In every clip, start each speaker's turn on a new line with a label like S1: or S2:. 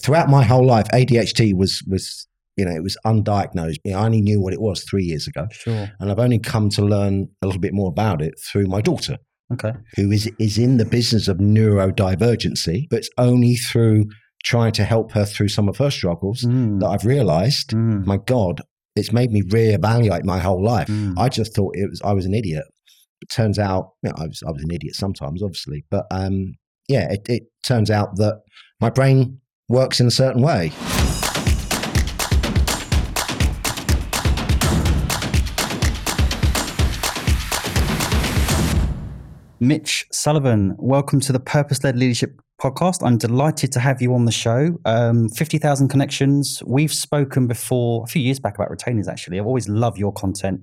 S1: throughout my whole life, ADHD was was you know it was undiagnosed. You know, I only knew what it was three years ago,
S2: Sure.
S1: and I've only come to learn a little bit more about it through my daughter,
S2: Okay.
S1: who is is in the business of neurodivergency, but it's only through trying to help her through some of her struggles
S2: Mm.
S1: that I've realised,
S2: Mm.
S1: my God, it's made me reevaluate my whole life.
S2: Mm.
S1: I just thought it was I was an idiot. It turns out, you know, I was I was an idiot sometimes, obviously, but um, yeah, it, it turns out that my brain works in a certain way.
S2: Mitch Sullivan, welcome to the Purpose Led Leadership Podcast. I'm delighted to have you on the show. Um, 50,000 connections. We've spoken before a few years back about retainers, actually. I've always loved your content.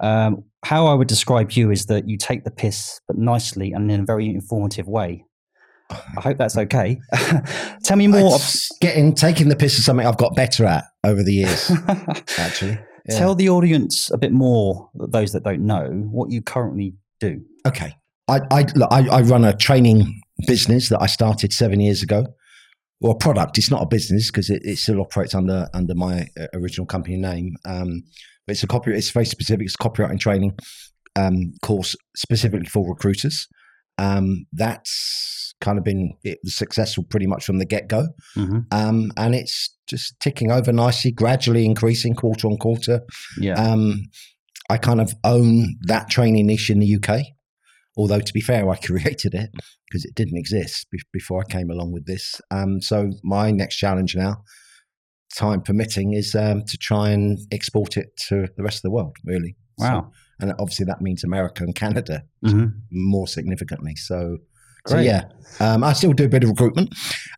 S2: Um, how I would describe you is that you take the piss, but nicely and in a very informative way. I hope that's okay. Tell me more. of-
S1: It's getting taking the piss is something I've got better at over the years, actually. Yeah.
S2: Tell the audience a bit more, those that don't know, what you currently do.
S1: Okay. I, I, look, I, I run a training business that I started seven years ago, or a product. It's not a business because it, it still operates under under my uh, original company name. Um, but it's a copy. It's very specific. It's a copyright and training um, course specifically for recruiters. Um, that's kind of been it was successful pretty much from the get go,
S2: Mhm.
S1: um, and it's just ticking over nicely, gradually increasing quarter on quarter.
S2: Yeah.
S1: Um, I kind of own that training niche in the UK. Although to be fair, I created it because it didn't exist be- before I came along with this. Um, so my next challenge now, time permitting, is um, to try and export it to the rest of the world. Really, So-
S2: wow.
S1: and obviously that means America and Canada
S2: Mhm.
S1: more significantly. So, so
S2: Great.
S1: yeah, um, I still do a bit of recruitment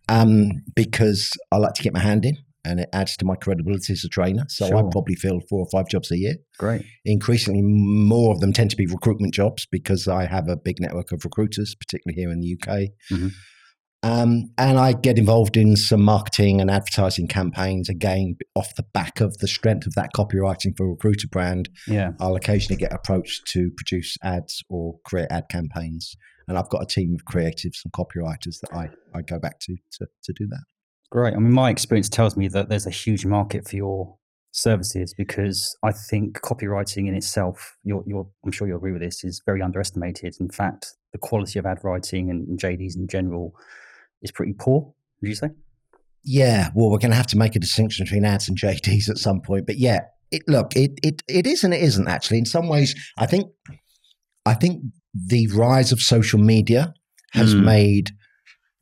S1: um, because I like to get my hand in, and it adds to my credibility as a trainer. So I
S2: Sure.
S1: probably fill four or five jobs a year
S2: Great.
S1: increasingly more of them tend to be recruitment jobs because I have a big network of recruiters, particularly here in the UK.
S2: Mhm.
S1: Um, and I get involved in some marketing and advertising campaigns again off the back of the strength of that copywriting for a recruiter brand.
S2: Yeah.
S1: I'll occasionally get approached to produce ads or create ad campaigns. And I've got a team of creatives and copywriters that I, I go back to, to to do that.
S2: Great. I mean, my experience tells me that there's a huge market for your services because I think copywriting in itself, you're, you're, I'm sure you'll agree with this, is very underestimated. In fact, the quality of ad writing and, and JDs in general is pretty poor. Would you say?
S1: Yeah, well, we're going to have to make a distinction between ads and JDs at some point. But yeah, it look, it it it is and it isn't actually. In some ways, I think I think the rise of social media has
S2: Mm.
S1: made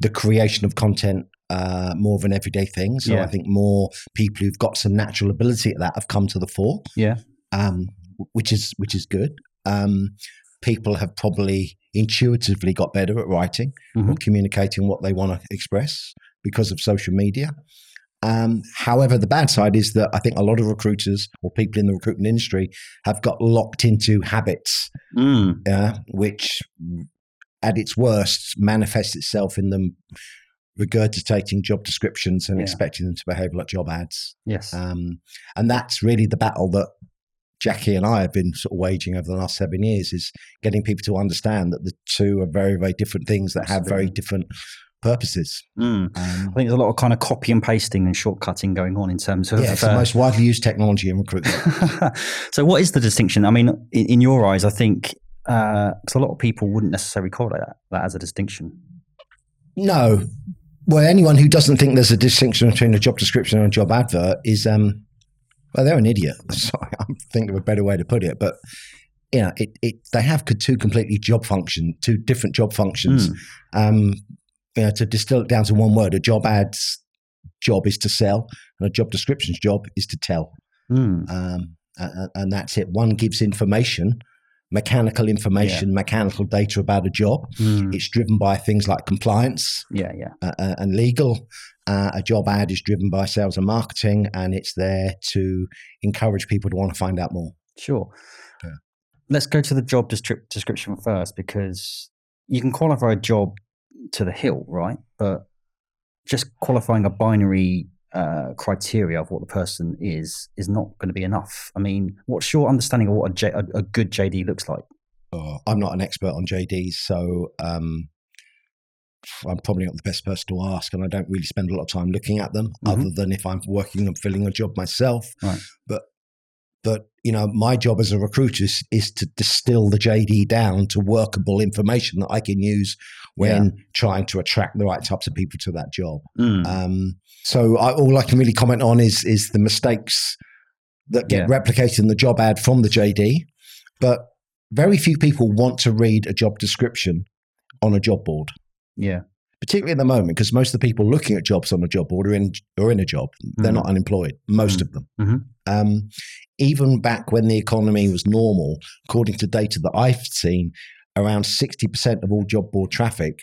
S1: the creation of content uh, more of an everyday thing. So
S2: Yeah.
S1: I think more people who've got some natural ability at that have come to the fore
S2: Yeah.
S1: um, w- which is which is good. Um, people have probably intuitively got better at writing or
S2: Mhm.
S1: communicating what they want to express because of social media. Um, however, the bad side is that I think a lot of recruiters or people in the recruitment industry have got locked into habits,
S2: Mm.
S1: uh, which mm, at its worst manifests itself in them regurgitating job descriptions and
S2: Yeah.
S1: expecting them to behave like job ads.
S2: Yes.
S1: Um, and that's really the battle that Jackie and I have been sort of waging over the last seven years is getting people to understand that the two are very, very different things that have very
S2: Absolutely.
S1: different purposes.
S2: Mm. I
S1: Um,
S2: think there's a lot of kind of copy and pasting and shortcutting going on in terms of
S1: yeah, it's
S2: uh,
S1: the most widely used technology in recruitment.
S2: so what is the distinction? I mean, in, in your eyes, I think because a lot of people wouldn't necessarily correlate that, that as a distinction.
S1: No. Well, anyone who doesn't think there's a distinction between a job description and a job advert is, um, well, they're an idiot. Sorry, I'm thinking of a better way to put it, but you know, it, it they have co- two completely job function, two different job functions.
S2: Mm.
S1: Um, you know, to distill it down to one word, a job ad's job is to sell, and a job description's job is to tell
S2: Mm.
S1: um, and, and that's it. One gives information, mechanical information, mechanical data about a job.
S2: Mm.
S1: It's driven by things like compliance
S2: Yeah, yeah.
S1: uh, uh, and legal. Uh, a job ad is driven by sales and marketing, and it's there to encourage people to want to find out more.
S2: Sure.
S1: Yeah.
S2: Let's go to the job descrip- description first because you can qualify a job to the hill, right? But just qualifying a binary uh, criteria of what the person is is not going to be enough. I mean, what's your understanding of what a, J- a, a good JD looks like?
S1: Oh, I'm not an expert on JDs, so um, I'm probably not the best person to ask, and I don't really spend a lot of time looking at them, mm-hmm. other than if I'm working and filling a job myself.
S2: Right.
S1: But but you know, my job as a recruiter is, is, to distill the JD down to workable information that I can use when yeah. trying to attract the right types of people to that job.
S2: Mm.
S1: Um, so I, all I can really comment on is is the mistakes that get yeah. replicated in the job ad from the JD, but very few people want to read a job description on a job board.
S2: Yeah.
S1: Particularly at the moment, because most of the people looking at jobs on a job board are in, are in a job. They're
S2: Mm.
S1: mm-hmm. not unemployed, most
S2: mm-hmm.
S1: of them.
S2: Mm-hmm.
S1: Um, even back when the economy was normal, according to data that I've seen, around 60% of all job board traffic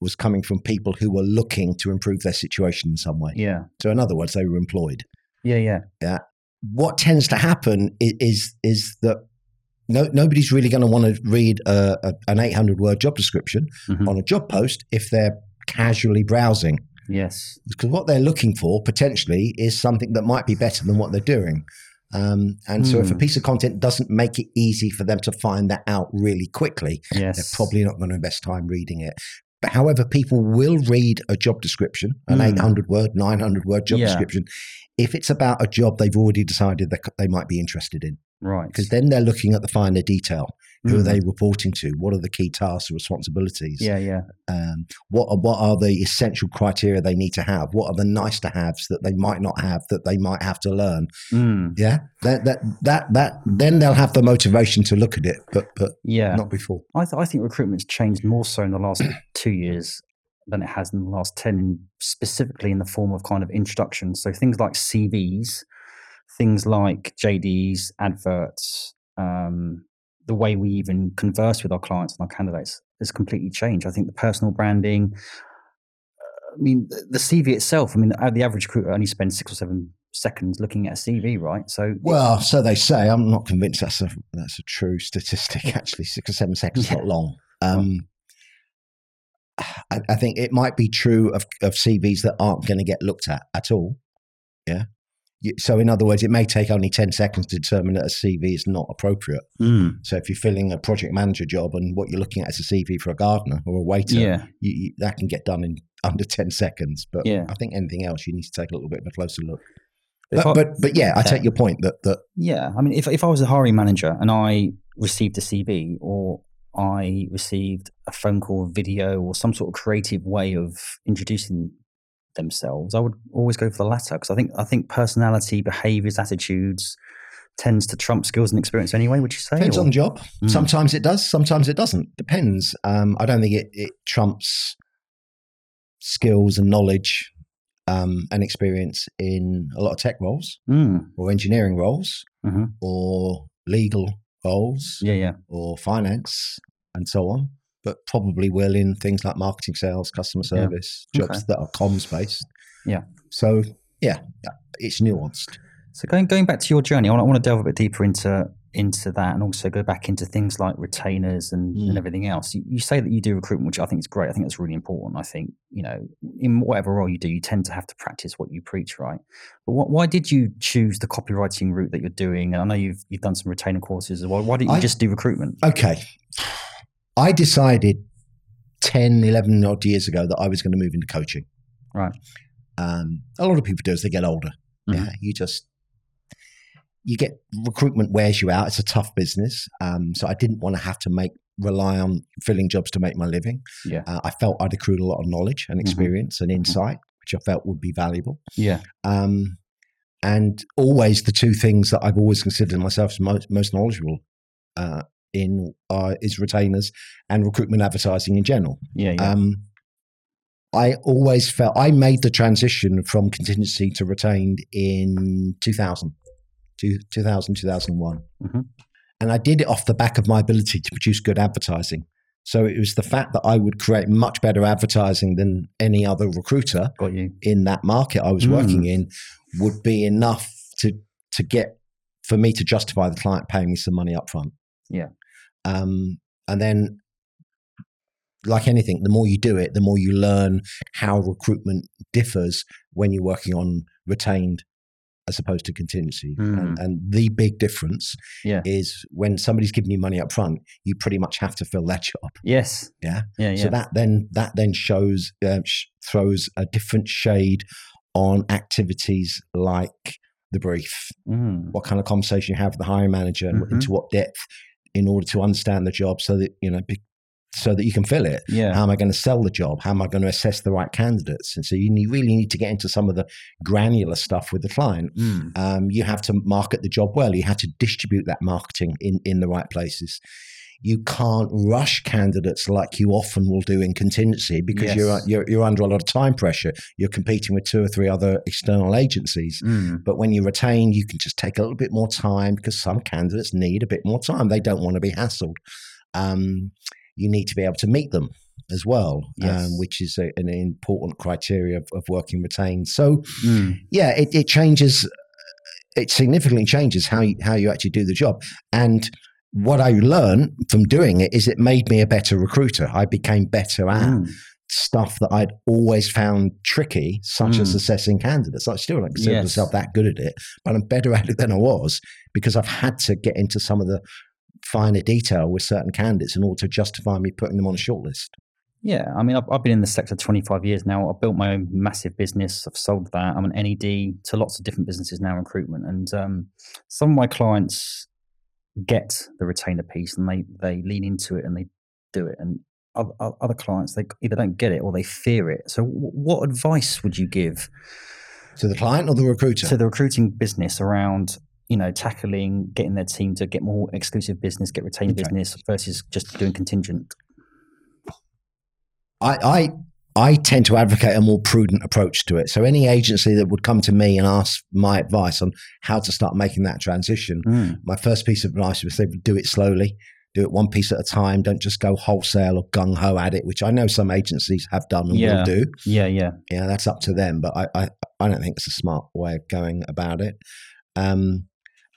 S1: was coming from people who were looking to improve their situation in some way.
S2: Yeah.
S1: So, in other words, they were employed.
S2: Yeah, yeah.
S1: Yeah. What tends to happen is, is, is that no, nobody's really going to want to read a, a, an 800 word job description mm-hmm. on a job post if they're casually browsing.
S2: Yes.
S1: Because what they're looking for potentially is something that might be better than what they're doing. Um, and mm. so if a piece of content doesn't make it easy for them to find that out really quickly,
S2: yes.
S1: they're probably not going to invest time reading it. But however, people will read a job description,
S2: Hmm.
S1: an mm. 800 word, 900 word job yeah. description, if it's about a job they've already decided that they might be interested in.
S2: Right.
S1: Because then they're looking at the finer detail. Who mm. are they reporting to? What are the key tasks and responsibilities?
S2: Hmm. Yeah, yeah.
S1: Um, what are, what are the essential criteria they need to have? What are the nice to haves that they might not have that they might have to learn?
S2: Mm.
S1: Yeah, that that that that then they'll have the motivation to look at it, but but
S2: yeah,
S1: not before.
S2: I th- I think recruitment's changed more so in the last two years than it has in the last ten, specifically in the form of kind of introductions. So things like CVs things like JDs, adverts, um, the way we even converse with our clients and our candidates has completely changed. I think the personal branding, uh, I mean, the CV itself, I mean, the average recruiter only spends six or seven seconds looking at a CV, right? So,
S1: well, so they say. I'm not convinced that's a that's a true statistic. Actually, six or seven seconds yeah. not long. Um, I, I think it might be true of, of CVs that aren't going to get looked at at all. Yeah, so in other words, it may take only 10 seconds to determine that a CV is not appropriate.
S2: Mm.
S1: So if you're filling a project manager job and what you're looking at is a CV for a gardener or a waiter,
S2: yeah.
S1: you, you, that can get done in under 10 seconds. But
S2: yeah.
S1: I think anything else, you need to take a little bit of a closer look.
S2: If
S1: but, I, but, but yeah, I take your point that, that
S2: yeah, I mean, if, if I was a hiring manager and I received a CV or I received a phone call, video, or some sort of creative way of introducing themselves, I would always go for the latter because I think I think personality, behaviours, attitudes tends to trump skills and experience anyway. Would you say?
S1: Depends or? on the job.
S2: Hmm.
S1: Mm. Sometimes it does. Sometimes it doesn't. Depends. Um, I don't think it, it trumps skills and knowledge um, and experience in a lot of tech roles
S2: mm.
S1: or engineering roles
S2: mm-hmm.
S1: or legal roles.
S2: Yeah, yeah.
S1: Or finance and so on but probably will in things like marketing, sales, customer service, yeah. jobs okay. that are comms based.
S2: Yeah.
S1: So yeah, it's nuanced.
S2: So going going back to your journey, I want, I want, to delve a bit deeper into into that, and also go back into things like retainers and, mm. and everything else. You, you, say that you do recruitment, which I think is great. I think that's really important. I think you know, in whatever role you do, you tend to have to practice what you preach, right? But what, why did you choose the copywriting route that you're doing? And I know you've you've done some retainer courses as well. Why didn't you I, just do recruitment?
S1: Okay, I decided 10, 11 odd years ago that I was going to move into coaching.
S2: Right.
S1: Um, a lot of people do as they get older.
S2: Mm-hmm.
S1: Yeah. You just, you get recruitment wears you out. It's a tough business. Um, so I didn't want to have to make, rely on filling jobs to make my living.
S2: Yeah.
S1: Uh, I felt I'd accrued a lot of knowledge and experience mm-hmm. and insight, which I felt would be valuable.
S2: Yeah.
S1: Um, and always the two things that I've always considered myself as most, most knowledgeable uh, in uh, is retainers and recruitment advertising in general.
S2: Yeah, yeah.
S1: Um, I always felt I made the transition from contingency to retained in 2000, 2000 2001.
S2: Mm-hmm.
S1: And I did it off the back of my ability to produce good advertising. So it was the fact that I would create much better advertising than any other recruiter
S2: Got you.
S1: in that market I was mm.
S2: Hmm.
S1: working in would be enough to to get for me to justify the client paying me some money up front.
S2: Yeah.
S1: Um, and then, like anything, the more you do it, the more you learn how recruitment differs when you're working on retained as opposed to contingency.
S2: Mm.
S1: And, and the big difference
S2: Yeah.
S1: is when somebody's giving you money up front, you pretty much have to fill that job.
S2: Yes.
S1: Yeah.
S2: Yeah. Yeah.
S1: So that then that then shows uh, sh- throws a different shade on activities like the brief,
S2: Mm.
S1: what kind of conversation you have with the hiring manager,
S2: Mhm.
S1: into what depth, in order to understand the job, so that you know, be, so that you can fill it.
S2: Yeah.
S1: How am I going to sell the job? How am I going to assess the right candidates? And so you need, really need to get into some of the granular stuff with the client.
S2: Mm.
S1: Um, you have to market the job well. You have to distribute that marketing in, in the right places. You can't rush candidates like you often will do in contingency because you're,
S2: Yes.
S1: you're you're under a lot of time pressure. You're competing with two or three other external agencies.
S2: Mm.
S1: But when you retain, you can just take a little bit more time because some candidates need a bit more time. They don't want to be hassled. Um, you need to be able to meet them as well,
S2: Yes.
S1: um, which is a, an important criteria of, of working retained. So,
S2: Mm.
S1: yeah, it, it changes. It significantly changes how you, how you actually do the job. And what I learned from doing it is it made me a better recruiter. I became better at
S2: Mm.
S1: stuff that I'd always found tricky, such as
S2: Mm.
S1: assessing candidates. I still don't consider
S2: Yes.
S1: myself that good at it, but I'm better at it than I was because I've had to get into some of the finer detail with certain candidates in order to justify me putting them on a shortlist.
S2: Yeah, I mean, I've, I've been in the sector 25 years now. I've built my own massive business. I've sold that. I'm an NED to lots of different businesses now, in recruitment. And um, some of my clients get the retainer piece and they, they lean into it and they do it. And oth- oth- other clients, they either don't get it or they fear it. So, w- what advice would you give
S1: To the client or the recruiter?
S2: to the recruiting business around? You know, tackling getting their team to get more exclusive business, get retained
S1: Okay.
S2: business versus just doing contingent.
S1: I, I I tend to advocate a more prudent approach to it. So any agency that would come to me and ask my advice on how to start making that transition,
S2: Mm,
S1: my first piece of advice was say do it slowly, do it one piece at a time. Don't just go wholesale or gung ho at it, which I know some agencies have done and
S2: Yeah.
S1: will do.
S2: Yeah, yeah,
S1: Yeah, that's up to them, but I, I I don't think it's a smart way of going about it. Um,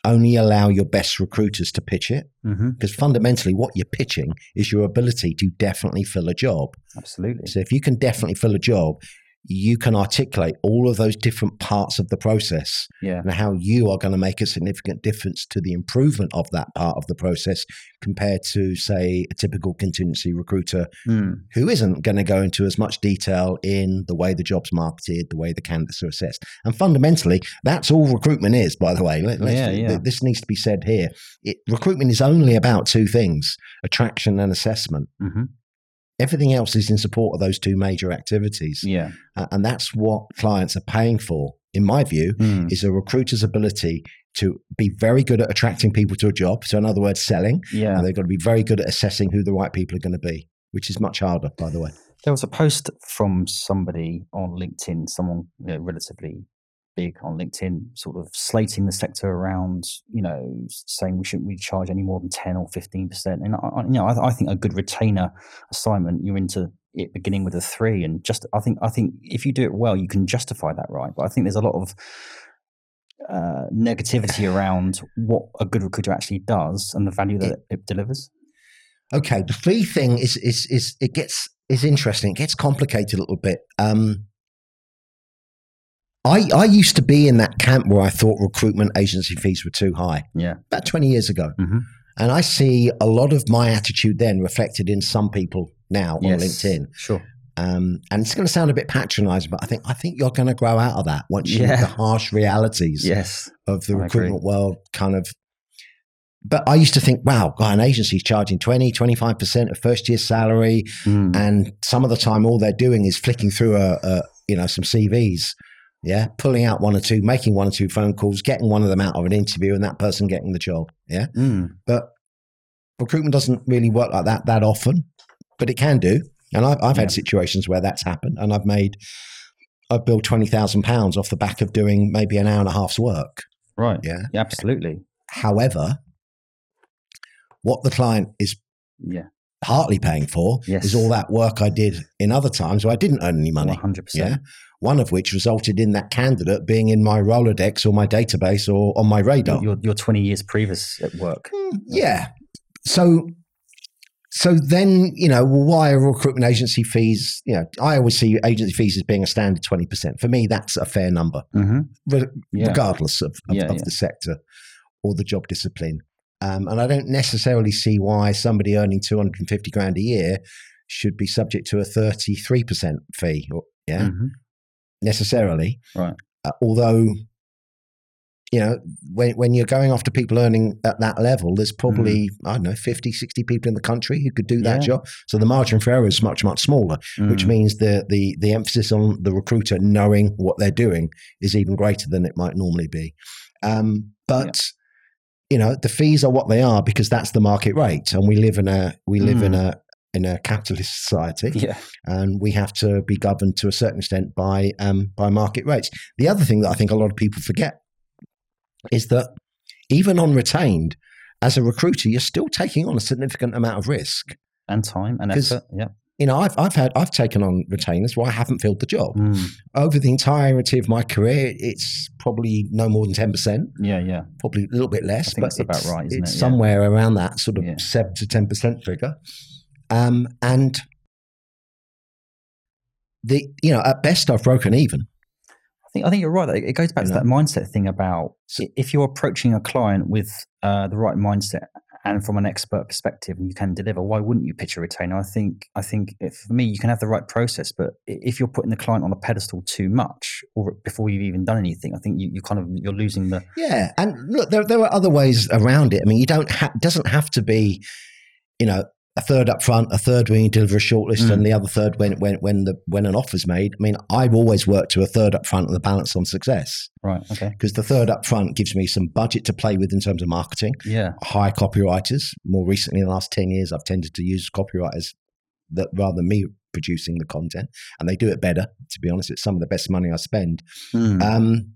S1: only allow your best recruiters to pitch it
S2: hmm
S1: because fundamentally, what you're pitching is your ability to definitely fill a job.
S2: absolutely.
S1: So if you can definitely fill a job, you can articulate all of those different parts of the process
S2: Yeah.
S1: and how you are going to make a significant difference to the improvement of that part of the process compared to, say, a typical contingency recruiter
S2: Mm.
S1: who isn't going to go into as much detail in the way the job's marketed, the way the candidates are assessed. And fundamentally, that's all recruitment is, by the way. Let, let's-
S2: Yeah, yeah.
S1: th- This needs to be said here. It, recruitment is only about two things attraction and assessment.
S2: hmm
S1: Everything else is in support of those two major activities.
S2: Yeah.
S1: A- And that's what clients are paying for, in my view,
S2: Mm.
S1: is a recruiter's ability to be very good at attracting people to a job. So, in other words, selling.
S2: Yeah.
S1: And they've got to be very good at assessing who the right people are going to be, which is much harder, by the way.
S2: There was a post from somebody on LinkedIn, someone you know, relatively big on LinkedIn, sort of slating the sector around, you know, saying we shouldn't really charge any more than 10 or 15%. And, I, I- you know, I, I think a good retainer assignment, you're into it beginning with a three. And just, I think, I think if you do it well, you can justify that, right? But I think there's a lot of uh, negativity around what a good recruiter actually does and the value that it, delivers.
S1: Okay, the fee thing is is is it gets is interesting. It gets complicated a little bit. Um, I I used to be in that camp where I thought recruitment agency fees were too high.
S2: Yeah.
S1: about twenty years ago,
S2: Mhm.
S1: and I see a lot of my attitude then reflected in some people now on LinkedIn.
S2: Sure.
S1: Um, and it's going to sound a bit patronising, but I think I think you're going to grow out of that once you
S2: Yeah.
S1: hit the harsh realities
S2: Yes.
S1: of the
S2: I agree.
S1: recruitment world kind of but I used to think, wow, God, an agency's charging 20, 25% of first year salary.
S2: Mm.
S1: And some of the time, all they're doing is flicking through a, a you know, some CVs. Yeah. Pulling out one or two, making one or two phone calls, getting one of them out of an interview and that person getting the job. Yeah.
S2: Mm.
S1: But recruitment doesn't really work like that that often, but it can do. And I've, I've had
S2: Yeah.
S1: situations where that's happened and I've made, I've billed £20,000 off the back of doing maybe an hour and a half's work.
S2: Right.
S1: Yeah.
S2: Yeah, absolutely.
S1: However, what the client is
S2: Yeah.
S1: partly paying for
S2: Yes.
S1: is all that work I did in other times where I didn't earn any money.
S2: One hundred
S1: Yeah.
S2: percent.
S1: One of which resulted in that candidate being in my Rolodex or my database or on my radar.
S2: Your your twenty years previous at work.
S1: Mm, yeah. So so then, you know, well, why are recruitment agency fees? You know, I always see agency fees as being a standard 20%. For me, that's a fair number,
S2: Mm-hmm.
S1: re-
S2: Yeah.
S1: regardless of, of,
S2: Yeah,
S1: of
S2: yeah.
S1: the sector or the job discipline. Um, and I don't necessarily see why somebody earning 250 grand a year should be subject to a 33% fee, or, yeah,
S2: Mhm.
S1: necessarily.
S2: Right.
S1: Uh, although, you know, when, when you're going after people earning at that level, there's
S2: Hmm.
S1: probably, I don't know, 50, 60 people in the country who could do that
S2: Yeah.
S1: job. So the margin for error is much, much smaller, which
S2: Mm.
S1: means the, the, the emphasis on the recruiter knowing what they're doing is even greater than it might normally be. Um, but, you know, the fees are what they are because that's the market rate. And we live in a, we live in a, in a capitalist society
S2: Mm. Yeah.
S1: and we have to be governed to a certain extent by um, by market rates. The other thing that I think a lot of people forget is that even on retained, as a recruiter, you're still taking on a significant amount of risk.
S2: And time and
S1: 'Cause-
S2: effort. Yeah.
S1: You know, I've I've had I've taken on retainers where I haven't filled the job
S2: Mm.
S1: over the entirety of my career. It's probably no more than ten percent,
S2: Yeah. Yeah.
S1: probably a little bit less,
S2: I think
S1: but
S2: that's about
S1: it's-
S2: right, isn't
S1: it's
S2: it? Yeah.
S1: somewhere around that sort of
S2: Yeah.
S1: seven to ten percent figure. Um, and the you know at best I've broken even.
S2: I think I think you're right. It it goes back
S1: You
S2: to
S1: know?
S2: that mindset thing about
S1: So-
S2: i- if you're approaching a client with uh, the right mindset and from an expert perspective, and you can deliver. Why wouldn't you pitch a retainer? I think I think if, for me, you can have the right process, but i- if you're putting the client on a pedestal too much or before you've even done anything, I think you, you kind of you're losing the
S1: Yeah, and look, there there are other ways around it. I mean, you don't ha- doesn't have to be, you know, a third up front, a third when you deliver a shortlist,
S2: Mm.
S1: and the other third when when when the when an offer's made. I mean, I've always worked to a third up front and the balance on success
S2: right. Okay.
S1: because the third up front gives me some budget to play with in terms of marketing.
S2: Yeah.
S1: hire copywriters. More recently, in the last 10 years, I've tended to use copywriters that rather than me producing the content, and they do it better, to be honest. It's some of the best money I spend.
S2: Mm.
S1: Um,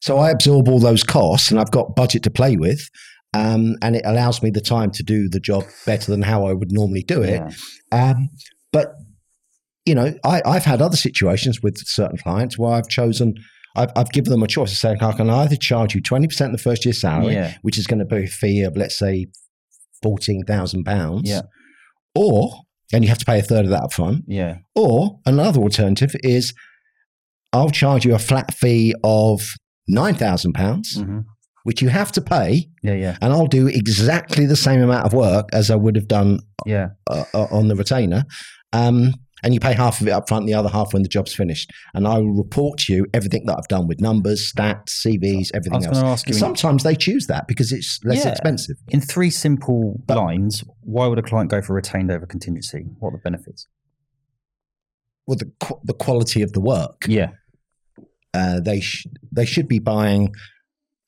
S1: so I absorb all those costs and I've got budget to play with. Um, and it allows me the time to do the job better than how I would normally do it.
S2: Yeah.
S1: Um, but you know, I, I've had other situations with certain clients where I've chosen, I've, I've given them a choice of saying, I can either charge you 20% the first year salary,
S2: Yeah.
S1: which is going to be a fee of let's say fourteen thousand pounds.
S2: Yeah.
S1: Or and you have to pay a third of that upfront.
S2: Yeah.
S1: Or another alternative is I'll charge you a flat fee of nine thousand pounds,
S2: Mhm.
S1: which you have to pay,
S2: Yeah. Yeah.
S1: and I'll do exactly the same amount of work as I would have done
S2: Yeah.
S1: uh, uh, on the retainer. Um, and you pay half of it upfront, and the other half when the job's finished. And I will report to you everything that I've done with numbers, stats, CVs,
S2: I
S1: everything else.
S2: was going to ask you.
S1: And sometimes they choose that because it's less
S2: Yeah.
S1: expensive.
S2: In three simple lines, why would a client go for retained over contingency? What are the benefits?
S1: Well, the qu- the quality of the work
S2: Yeah.
S1: uh, they sh- they should be buying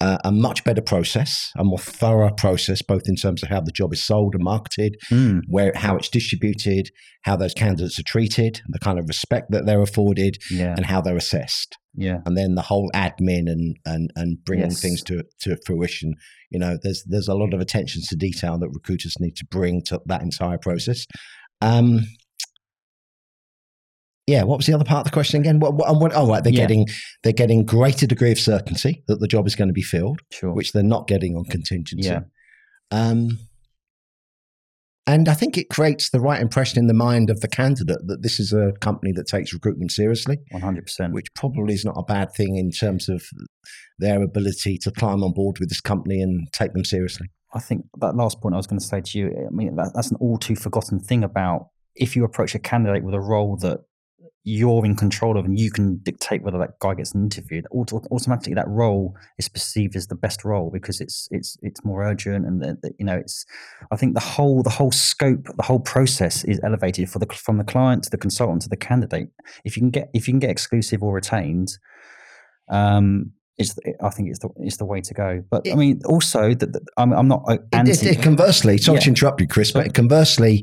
S1: uh, a much better process, a more thorough process, both in terms of how the job is sold and marketed,
S2: Mm.
S1: where how it's distributed, how those candidates are treated, the kind of respect that they're afforded,
S2: Yeah.
S1: and how they're assessed.
S2: Yeah.
S1: And then the whole admin and and and bringing
S2: Yes.
S1: things to to fruition. You know, there's there's a lot of attention to detail that recruiters need to bring to that entire process. Um, yeah, what was the other part of the question again? What, what, what, oh, right, they're
S2: Yeah.
S1: getting they're getting greater degree of certainty that the job is going to be filled,
S2: Sure.
S1: which they're not getting on contingency.
S2: Yeah.
S1: Um, and I think it creates the right impression in the mind of the candidate that this is a company that takes recruitment seriously,
S2: One hundred percent.
S1: which probably is not a bad thing in terms of their ability to climb on board with this company and take them seriously.
S2: I think that last point I was going to say to you. I mean, that, that's an all too forgotten thing about if you approach a candidate with a role that you're in control of and you can dictate whether that guy gets an interview. that auto- Automatically, that role is perceived as the best role because it's it's it's more urgent and the, the, you know it's. I think the whole the whole scope, the whole process is elevated for the cl- from the client to the consultant to the candidate. If you can get if you can get exclusive or retained, um, it's I think it's the it's the way to go. But I
S1: It-
S2: mean, also that that- I'm I'm not uh,
S1: It-
S2: anti.
S1: It, it- conversely, sorry to
S2: Yeah.
S1: interrupt you, Chris,
S2: Sorry.
S1: but conversely,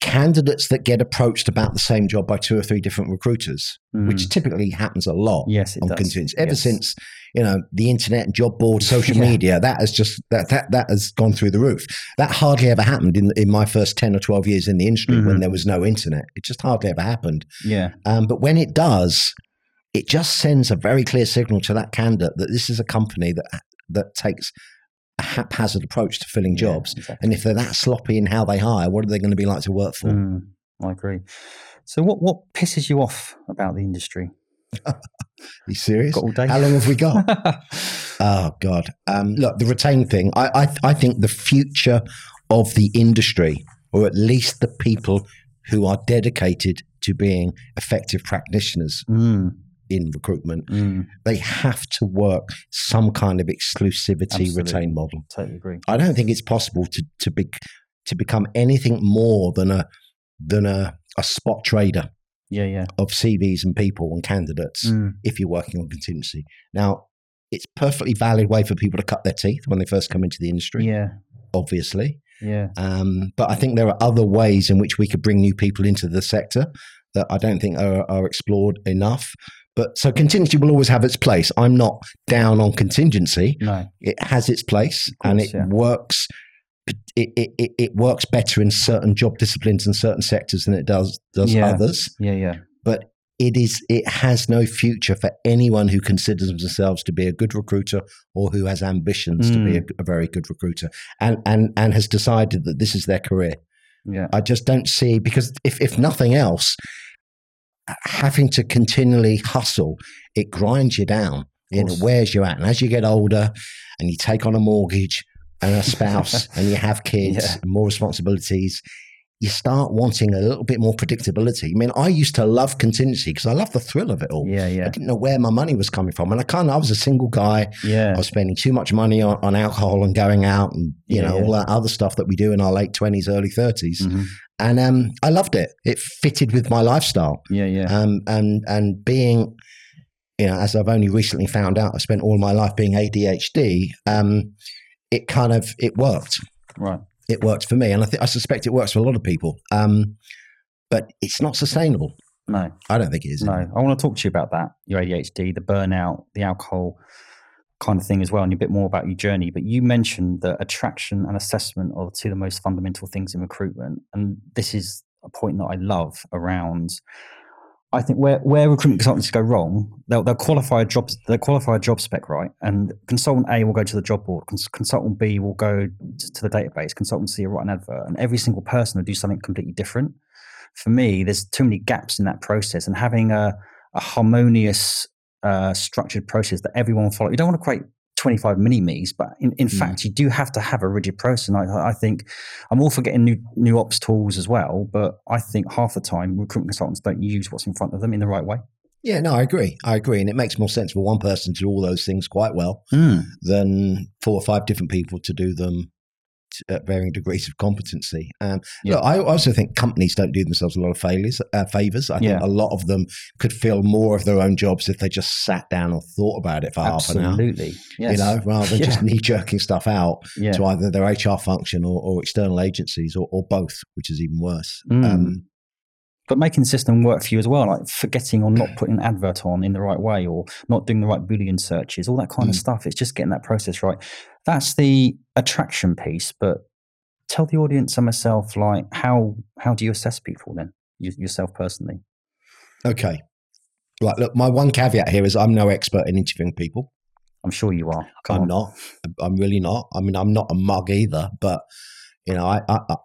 S1: candidates that get approached about the same job by two or three different recruiters,
S2: Mm.
S1: which typically happens a lot
S2: yes, it
S1: on
S2: does.
S1: contingency. Ever
S2: Yes.
S1: since you know the internet and job board, social
S2: Yeah.
S1: media, that has just that that that has gone through the roof. That hardly ever happened in in my first ten or twelve years in the industry when
S2: Mhm.
S1: there was no internet. It just hardly ever happened.
S2: yeah,
S1: Um, but when it does, it just sends a very clear signal to that candidate that this is a company that that takes a haphazard approach to filling
S2: Yeah,
S1: jobs.
S2: exactly.
S1: And if they're that sloppy in how they hire, what are they going to be like to work for?
S2: Mm, I agree. So what what pisses you off about the industry?
S1: Are you serious?
S2: Got all day.
S1: How long have we got? oh God! Um, look, the retain thing. I, I I think the future of the industry, or at least the people who are dedicated to being effective practitioners
S2: Mm,
S1: in recruitment,
S2: mm,
S1: they have to work some kind of exclusivity
S2: Absolutely.
S1: retain model.
S2: totally agree.
S1: I don't think it's possible to to be to become anything more than a than a, a spot trader
S2: Yeah, yeah.
S1: of CVs and people and candidates
S2: Mm,
S1: if you're working on contingency. Now, it's perfectly valid way for people to cut their teeth when they first come into the industry,
S2: yeah,
S1: obviously.
S2: yeah.
S1: Um, but I think there are other ways in which we could bring new people into the sector that I don't think are, are explored enough. But so contingency will always have its place. I'm not down on contingency
S2: No.
S1: it has its place
S2: course,
S1: and it
S2: yeah.
S1: works it, it, it, it works better in certain job disciplines and certain sectors than it does does
S2: Yeah.
S1: others
S2: Yeah, yeah.
S1: it is it has no future for anyone who considers themselves to be a good recruiter or who has ambitions to
S2: Hmm.
S1: be a, a very good recruiter and, and and has decided that this is their career
S2: Yeah.
S1: i just don't see because if if nothing else having to continually hustle it grinds you down you know,
S2: course.
S1: wears you out. And as you get older and you take on a mortgage and a spouse and you have kids
S2: Yeah.
S1: and more responsibilities, you start wanting a little bit more predictability. I mean, I used to love contingency because I love the thrill of it all.
S2: Yeah, yeah.
S1: I didn't know where my money was coming from. And I kind of, I was a single guy. I
S2: Yeah.
S1: was spending too much money on, on alcohol and going out and, you
S2: Yeah,
S1: know,
S2: yeah.
S1: all that other stuff that we do in our late 20s, early 30s.
S2: Mhm.
S1: And um, I loved it. It fitted with my lifestyle
S2: Yeah, yeah.
S1: um, and and being you know as i've only recently found out i spent all my life being adhd um, it kind of it worked
S2: Right.
S1: it worked for me and i think i suspect it works for a lot of people um, but it's not sustainable
S2: No.
S1: i don't think it is
S2: No, I want to talk to you about that. Your ADHD, the burnout, the alcohol kind of thing as well, and a bit more about your journey. But you mentioned that attraction and assessment are two of the most fundamental things in recruitment, and this is a point that I love around. I think where, where recruitment consultants go wrong, they'll, they'll qualify a job they qualify a job spec right, and consultant A will go to the job board, cons- consultant B will go t- to the database, consultant C will write an advert, and every single person will do something completely different for me, there's too many gaps in that process, and having a, a harmonious, uh, structured process that everyone follow. You don't want to create 25 mini me's, but in, in
S1: Mm.
S2: fact, you do have to have a rigid process. And I, I think I'm all for getting new new ops tools as well, but I think half the time recruitment consultants don't use what's in front of them in the right way.
S1: yeah no i agree i agree and it makes more sense for one person to do all those things quite well than four or five different people to do them t- at varying degrees of competency. Um,
S2: Yeah.
S1: look, I also think companies don't do themselves a lot of failures, uh, favors. I think
S2: Yeah.
S1: a lot of them could feel more of their own jobs if they just sat down and thought about it for half an hour.
S2: Absolutely.
S1: You
S2: Yes.
S1: know, rather than just
S2: Yeah.
S1: knee jerking stuff out
S2: yeah.
S1: to either their HR function or, or external agencies or, or both, which is even worse.
S2: Mm.
S1: Um,
S2: but making the system work for you as well, like forgetting or not putting an advert on in the right way or not doing the right Boolean searches, all that kind of
S1: Mm.
S2: stuff. It's just getting that process right. That's the attraction piece. But tell the audience and myself, like, how how do you assess people then, you, yourself personally?
S1: okay. Right. Look, my one caveat here is I'm no expert in interviewing people.
S2: I'm sure you are. Come
S1: I'm
S2: on.
S1: not. I'm really not. I mean, I'm not a mug either. But you know, I, I, I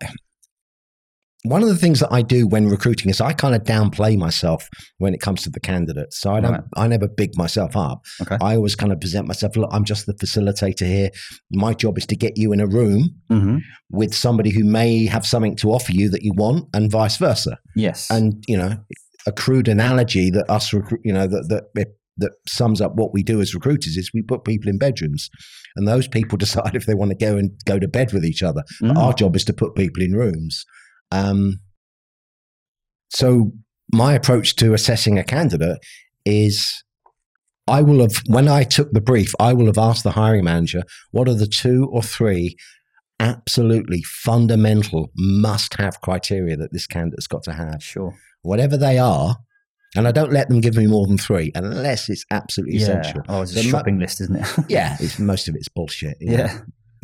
S1: one of the things that I do when recruiting is I kind of downplay myself when it comes to the candidates. So I don't.
S2: Right.
S1: I never big myself up.
S2: Okay.
S1: I always kind of present myself. Look, I'm just the facilitator here. My job is to get you in a room
S2: Mhm.
S1: with somebody who may have something to offer you that you want, and vice versa
S2: Yes.
S1: and you know a crude analogy that us recruit you know that that that sums up what we do as recruiters is we put people in bedrooms and those people decide if they want to go and go to bed with each other
S2: Mm.
S1: our job is to put people in rooms um, so my approach to assessing a candidate is i will have when i took the brief i will have asked the hiring manager what are the two or three absolutely fundamental must have criteria that this candidate's got to have
S2: sure.
S1: whatever they are, and I don't let them give me more than three unless it's absolutely
S2: Yeah.
S1: essential.
S2: Oh, it's a
S1: The mo-
S2: shopping list, isn't it?
S1: Yeah, it's, most of it's bullshit. you know.
S2: yeah.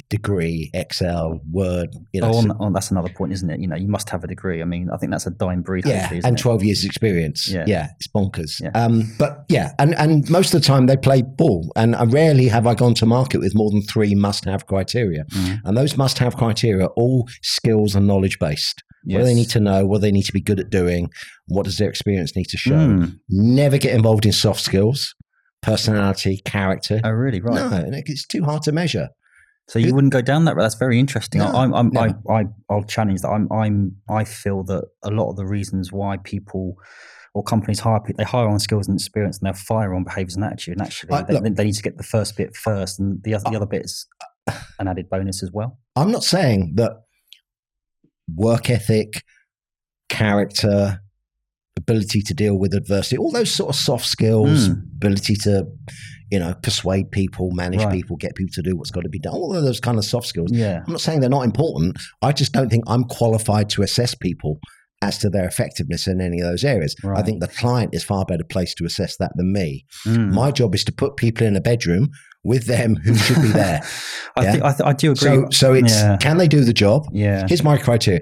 S1: degree, Excel, Word, you know,
S2: oh,
S1: so-
S2: on, on, that's another point, isn't it? You know, you must have a degree. I mean, I think that's a dying breed.
S1: yeah,
S2: hopefully, isn't
S1: and
S2: it?
S1: 12 years experience.
S2: Yeah.
S1: Yeah, it's bonkers.
S2: Yeah.
S1: Um, but yeah, and, and most of the time they play ball, and I rarely have I gone to market with more than three must have criteria.
S2: Mhm.
S1: And those must have criteria are all skills and knowledge based. What do they
S2: Yes.
S1: need to know, what they need to be good at doing, what does their experience need to show.
S2: Mm.
S1: Never get involved in soft skills, personality, character.
S2: Oh, really? Right.
S1: No, and it- it's too hard to measure.
S2: So you wouldn't go down that road. That's very interesting.
S1: No,
S2: I, I'm, I'm,
S1: never.
S2: I, I, I'll challenge that. I'm, I'm, I feel that a lot of the reasons why people or companies hire people, they hire on skills and experience, and they'll fire on behaviors and attitude. And actually,
S1: Uh,
S2: they,
S1: look-
S2: they- they need to get the first bit first, and the other, the other bits an added bonus as well.
S1: I'm not saying that work ethic, character, ability to deal with adversity, all those sort of soft skills,
S2: Mm.
S1: ability to, you know, persuade people, manage
S2: Right.
S1: people, get people to do what's got to be done, all of those kind of soft skills.
S2: Yeah.
S1: I'm not saying they're not important. I just don't think I'm qualified to assess people as to their effectiveness in any of those areas. I
S2: Right.
S1: think the client is far better placed to assess that than me.
S2: Mm.
S1: My job is to put people in a bedroom with them who should be there.
S2: I,
S1: Yeah.
S2: think, I, th- I do agree.
S1: so so it's
S2: Yeah.
S1: can they do the job?
S2: yeah.
S1: Here's my criteria.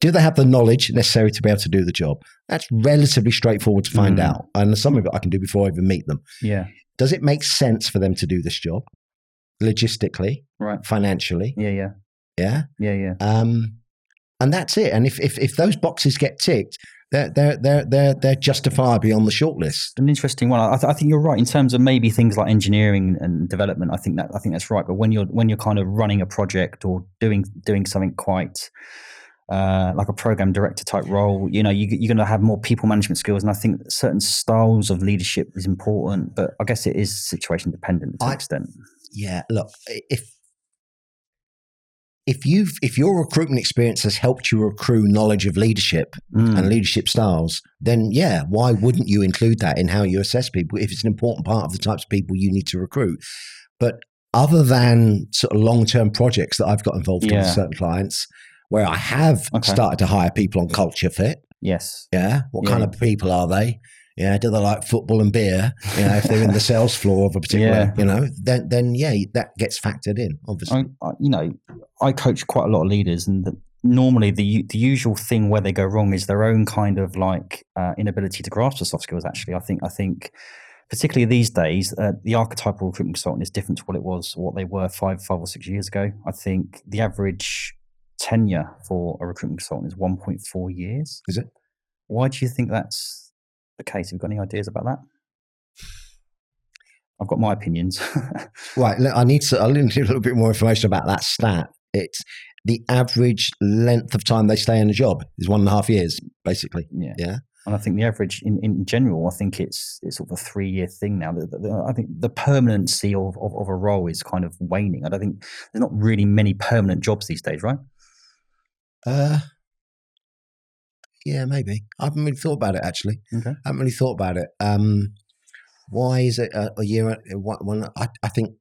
S1: Do they have the knowledge necessary to be able to do the job? That's relatively straightforward to find
S2: Mm.
S1: out. And some of it I can do before I even meet them.
S2: Yeah.
S1: Does it make sense for them to do this job logistically,
S2: Right.
S1: financially?
S2: Yeah. Yeah.
S1: Yeah.
S2: Yeah. Yeah.
S1: Um, and that's it. And if, if, if those boxes get ticked, they're, they're, they're, they're, they're justifiably on the shortlist.
S2: an interesting one. I, th- I think you're right in terms of maybe things like engineering and development. I think that I think that's right. But when you're when you're kind of running a project or doing doing something quite uh, like a program director type role, you know, you, you're going to have more people management skills. And I think certain styles of leadership is important. But I guess it is situation dependent to an
S1: I-
S2: extent.
S1: Yeah. Look, i- if, if you've, if your recruitment experience has helped you accrue knowledge of leadership,
S2: Mm.
S1: and leadership styles, then yeah, why wouldn't you include that in how you assess people if it's an important part of the types of people you need to recruit? But other than sort of long term projects that I've got involved in with
S2: Yeah.
S1: certain clients, where I have
S2: Okay.
S1: started to hire people on culture fit,
S2: yes.
S1: yeah, what
S2: Yeah.
S1: kind of people are they? Yeah, do they like football and beer? You know, if they're in the sales floor of a particular,
S2: Yeah.
S1: you know, then then yeah, that gets factored in, obviously.
S2: I, I, you know, I coach quite a lot of leaders, and the, normally the u- the usual thing where they go wrong is their own kind of like uh, inability to grasp the soft skills. Actually, I think I think particularly these days, uh, the archetypal recruitment consultant is different to what it was, what they were five five or six years ago. I think the average tenure for a recruitment consultant is one point four years.
S1: Is it?
S2: Why do you think that's the case? Have you got any ideas about that? I've got my opinions.
S1: Right. look, I need to. I need a little bit more information about that stat. It's the average length of time they stay in a job is one and a half years, basically.
S2: Yeah.
S1: Yeah.
S2: And I think the average in, in general, I think it's it's sort of a three year thing now. The- the- the- I think the permanency of, of, of a role is kind of waning. I don't think there's not really many permanent jobs these days, right?
S1: Uh, yeah, maybe. I haven't really thought about it actually.
S2: Okay.
S1: I haven't really thought about it. Um, why is it a, a year? uh, One, one, I, I think.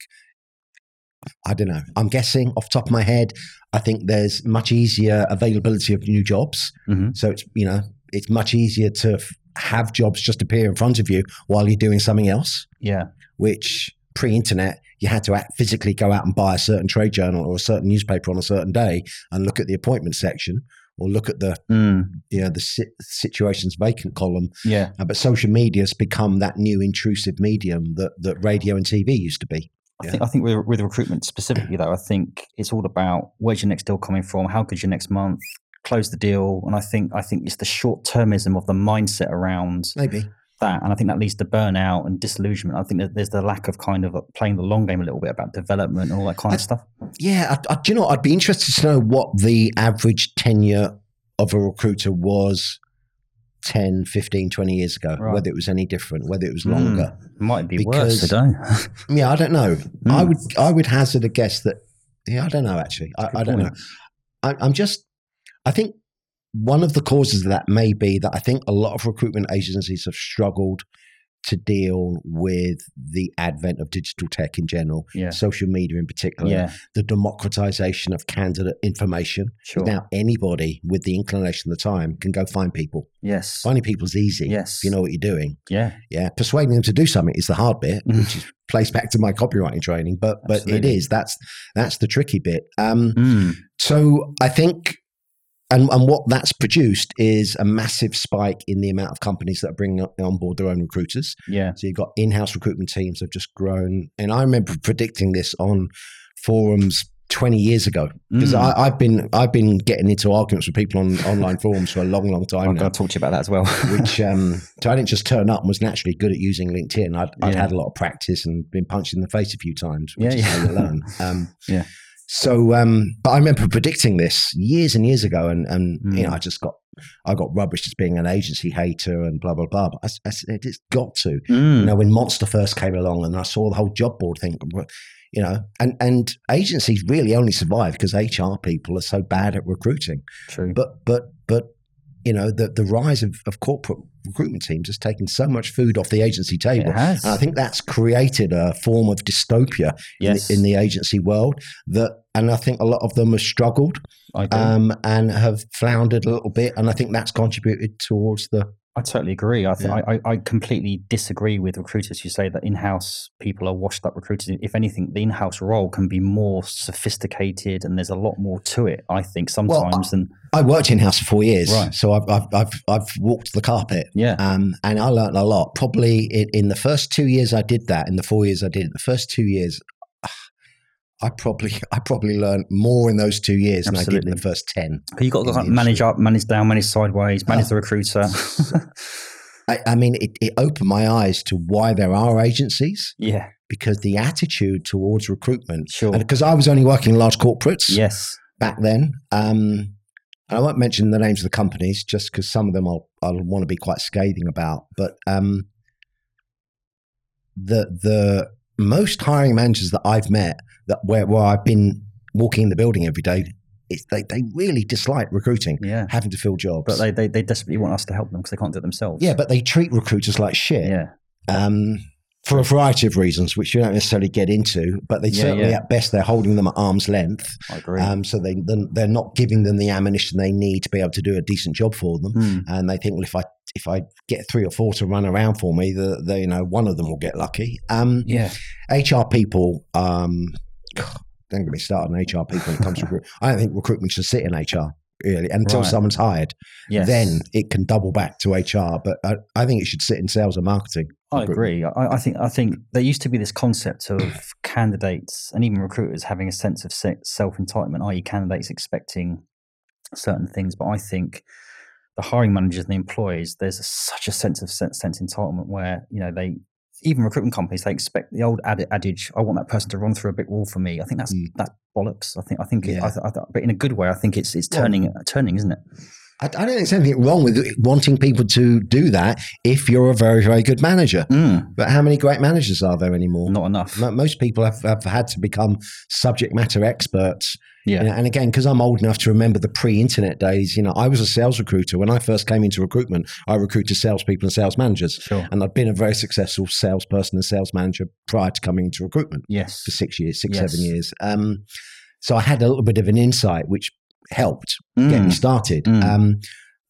S1: I don't know. I'm guessing off the top of my head. I think there's much easier availability of new jobs.
S2: Mm-hmm.
S1: So it's you know it's much easier to f- have jobs just appear in front of you while you're doing something else.
S2: Yeah.
S1: Which pre-internet you had to act, physically go out and buy a certain trade journal or a certain newspaper on a certain day and look at the appointment section or look at the
S2: Mm.
S1: you know the si- situations vacant column.
S2: Yeah.
S1: Uh, but social media's become that new intrusive medium that that radio and TV used to be.
S2: I
S1: Yeah.
S2: think I think with, with recruitment specifically though, I think it's all about where's your next deal coming from, how could your next month close the deal, and I think I think it's the short termism of the mindset around
S1: Maybe.
S2: that, and I think that leads to burnout and disillusionment. I think that there's the lack of kind of playing the long game a little bit about development and all that kind of stuff.
S1: Yeah, I, I, do you know? what? I'd be interested to know what the average tenure of a recruiter was 10, 15, 20 years ago,
S2: Right.
S1: whether it was any different, whether it was
S2: Mm.
S1: longer.
S2: Might be worse
S1: Because-
S2: today.
S1: Yeah, I don't know. I
S2: Mm.
S1: would I would hazard a guess that, yeah, I don't know, actually. I,
S2: Good
S1: I don't know.
S2: point.
S1: I, I'm just, I think one of the causes of that may be that I think a lot of recruitment agencies have struggled to deal with the advent of digital tech in general,
S2: Yeah.
S1: social media in particular,
S2: Yeah.
S1: the democratization of candidate information.
S2: Sure.
S1: Now, anybody with the inclination of the time can go find people.
S2: yes.
S1: Finding people's easy.
S2: Yes.
S1: If you know what you're doing.
S2: Yeah.
S1: Yeah. Persuading them to do something is the hard bit
S2: Which
S1: is- plays back to my copywriting training, but but
S2: Mm. Absolutely.
S1: it is that's that's the tricky bit. Um,
S2: Mm.
S1: so I think, and and what that's produced is a massive spike in the amount of companies that are bringing up- on board their own recruiters.
S2: Yeah.
S1: So you've got in-house recruitment teams have just grown, and I remember predicting this on forums. 20 years ago because
S2: Mm.
S1: I've been I've been getting into arguments with people on online forums for a long long
S2: I've
S1: time now
S2: got to talk to you about that as well.
S1: which um, so I didn't just turn up and was naturally good at using LinkedIn. I'd, I'd
S2: Yeah.
S1: had a lot of practice and been punched in the face a few times, which
S2: Yeah,
S1: is how you
S2: yeah.
S1: learn. Um,
S2: Yeah.
S1: So, um, but I remember predicting this years and years ago, and and you know,
S2: Mm.
S1: I just got I got rubbish as being an agency hater and blah blah blah. But I, s- I said it's got to.
S2: Mm.
S1: You know, when Monster first came along, and I saw the whole job board thing. You know, and and agencies really only survive because HR people are so bad at recruiting
S2: True.
S1: but but but you know the the rise of, of corporate recruitment teams has taken so much food off the agency
S2: it
S1: table
S2: has.
S1: and i think that's created a form of dystopia
S2: yes.
S1: in, in the agency world that and i think a lot of them have struggled
S2: I, agree.
S1: um, and have floundered a little bit and i think that's contributed towards the
S2: I totally agree. I, th-
S1: Yeah.
S2: I, I I completely disagree with recruiters who say that in-house people are washed up recruiters. If anything, the in-house role can be more sophisticated and there's a lot more to it. I think
S1: Well, I-
S2: sometimes than
S1: i worked in house for four years
S2: Right.
S1: so I've, I've i've i've walked the carpet
S2: yeah.
S1: um, and I learned a lot. Probably in, in the first two years I did that, in the four years I did it, the first two years, ah, I probably I probably learned more in those two years than I did in
S2: Absolutely.
S1: the first ten.
S2: you got to
S1: in the
S2: like, manage up, manage down, manage sideways, manage the recruiter.
S1: I, I mean, it, it opened my eyes to why there are agencies
S2: yeah.
S1: because the attitude towards recruitment,
S2: Sure.
S1: because I was only working in large corporates
S2: Yes.
S1: back then. Um, and I won't mention the names of the companies just because some of them I'll, I'll want to be quite scathing about. But um, the the most hiring managers that I've met that where, where I've been walking in the building every day, it's, they they really dislike recruiting,
S2: Yeah.
S1: having to fill jobs.
S2: But they, they, they desperately want us to help them because they can't do it themselves.
S1: yeah, but they treat recruiters like shit
S2: Yeah.
S1: um, for a variety of reasons, which you don't necessarily get into. But they
S2: Yeah,
S1: certainly,
S2: yeah.
S1: at best, they're holding them at arm's length.
S2: I agree.
S1: Um, so they then they're not giving them the ammunition they need to be able to do a decent job for them,
S2: Mm.
S1: and they think, well, if I if I get three or four to run around for me, the, the you know one of them will get lucky. Um,
S2: Yeah.
S1: HR people, um, don't get me started on HR people. When it comes to recruit, I don't think recruitment should sit in HR really until
S2: Right.
S1: someone's hired.
S2: Yes.
S1: Then it can double back to HR, but I, I think it should sit in sales and marketing.
S2: I agree. I, I think I think there used to be this concept of candidates and even recruiters having a sense of self entitlement, i.e., candidates expecting certain things. But I think the hiring managers and the employees, there's a, such a sense of sense, sense entitlement where you know they even recruitment companies they expect the old adi- adage, "I want that person to run through a brick wall for me." I think that's
S1: Mm.
S2: that's bollocks. I think I think it, I
S1: Yeah.
S2: th- I th- but in a good way, I think it's it's
S1: Well-
S2: turning turning, isn't it?
S1: I, I don't think there's anything wrong with wanting people to do that if you're a very very good manager.
S2: Mm,
S1: But how many great managers are there anymore?
S2: not enough.
S1: Mo- Most people have, have had to become subject matter experts.
S2: yeah.
S1: You know, and again, because I'm old enough to remember the pre-internet days, you know, I was a sales recruiter. When I first came into recruitment, I recruited salespeople and sales managers.
S2: Sure.
S1: And I'd been a very successful salesperson and sales manager prior to coming into recruitment
S2: Yes.
S1: for six years, six,
S2: Yes.
S1: seven years. Um, so I had a little bit of an insight, which helped
S2: Mm.
S1: getting started.
S2: Mm.
S1: Um,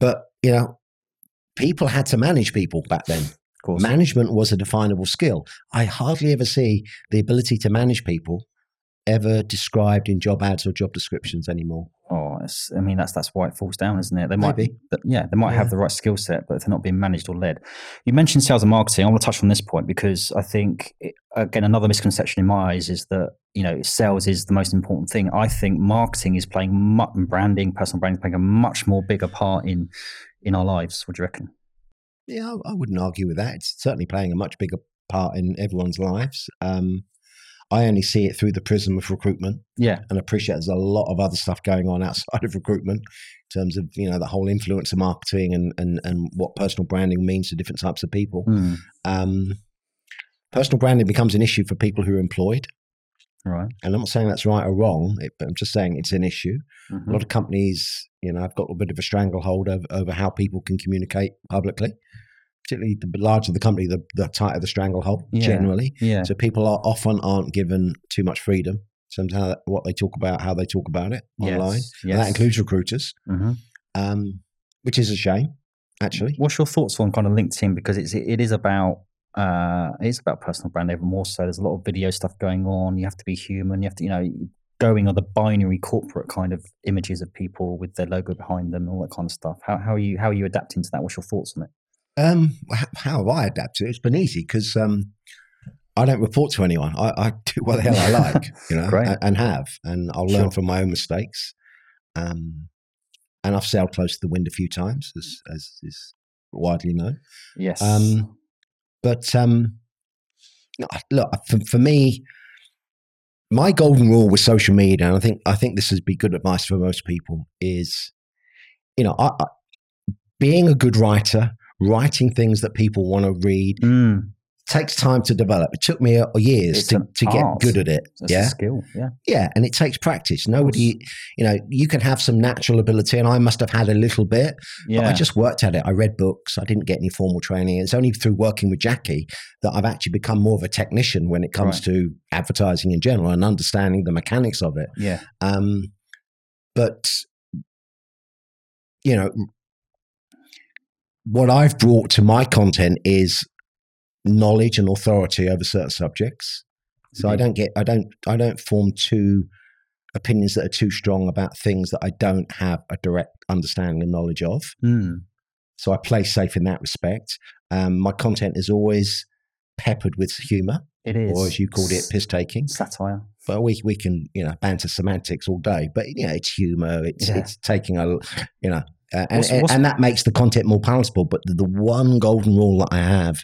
S1: but, you know, people had to manage people back then.
S2: Of course.
S1: Management was a definable skill. I hardly ever see the ability to manage people ever described in job ads or job descriptions anymore.
S2: Oh, it's, I mean that's that's why it falls down, isn't it? They might,
S1: Maybe.
S2: but yeah, they might have
S1: Yeah.
S2: the right skill set, but if they're not being managed or led. You mentioned sales and marketing. I want to touch on this point because I think it- again another misconception in my eyes is that you know sales is the most important thing. I think marketing is playing mu- and branding, personal branding, is playing a much more bigger part in in our lives. What do you reckon?
S1: Yeah, I, I wouldn't argue with that. It's certainly playing a much bigger part in everyone's lives. Um, I only see it through the prism of recruitment
S2: Yeah,
S1: and appreciate there's a lot of other stuff going on outside of recruitment in terms of, you know, the whole influencer marketing and, and, and what personal branding means to different types of people.
S2: Hmm.
S1: Um, personal branding becomes an issue for people who are employed.
S2: right.
S1: And I'm not saying that's right or wrong, it, but I'm just saying it's an issue. A
S2: Mhm.
S1: lot of companies, you know, have got a bit of a stranglehold over, over how people can communicate publicly. particularly the larger the company, the, the tighter the stranglehold
S2: Yeah.
S1: generally.
S2: Yeah.
S1: So people are often aren't given too much freedom. Sometimes what they talk about, how they talk about it online.
S2: Yes.
S1: And that
S2: yes.
S1: includes recruiters,
S2: Mhm.
S1: um, which is a shame, actually.
S2: What's your thoughts on kind of LinkedIn? Because it's it is about uh, it's about personal brand even more so. There's a lot of video stuff going on. You have to be human. You have to you know going on the binary corporate kind of images of people with their logo behind them, all that kind of stuff. How how are you how are you adapting to that? What's your thoughts on it?
S1: Um, h- how have I adapted to it? It's been easy because um, I don't report to anyone. I, I do what the hell I like, you know,
S2: Great.
S1: and, and have, and I'll
S2: Sure.
S1: learn from my own mistakes. Um, and I've sailed close to the wind a few times, as, as is widely known.
S2: Yes.
S1: Um, But um, no, I- look, for, for me, my golden rule with social media, and I think I think this would be good advice for most people, is you know, I, I, being a good writer, writing things that people want to read
S2: Mm,
S1: takes time to develop. It took me uh, years
S2: It's
S1: to,
S2: an
S1: to get
S2: art.
S1: good at it.
S2: that's a
S1: Yeah,
S2: skill. Yeah.
S1: yeah, and it takes practice. Nobody, you know, you can have some natural ability, and I must have had a little bit,
S2: Yeah.
S1: but I just worked at it. I read books. I didn't get any formal training. It's only through working with Jackie that I've actually become more of a technician when it comes
S2: Right.
S1: to advertising in general and understanding the mechanics of it.
S2: yeah.
S1: Um, but you know, what I've brought to my content is knowledge and authority over certain subjects. So I
S2: Indeed.
S1: don't get, I don't, I don't form two opinions that are too strong about things that I don't have a direct understanding and knowledge of.
S2: Mm,
S1: So I play safe in that respect. Um, my content is always peppered with humour,
S2: it is.
S1: or as you called it,
S2: S-
S1: piss taking.
S2: satire.
S1: But we we can you know banter semantics all day. But you know it's humour. It's
S2: Yeah.
S1: it's taking a you know, uh, and
S2: What's- what's-
S1: and that makes the content more palatable. But the, the one golden rule that I have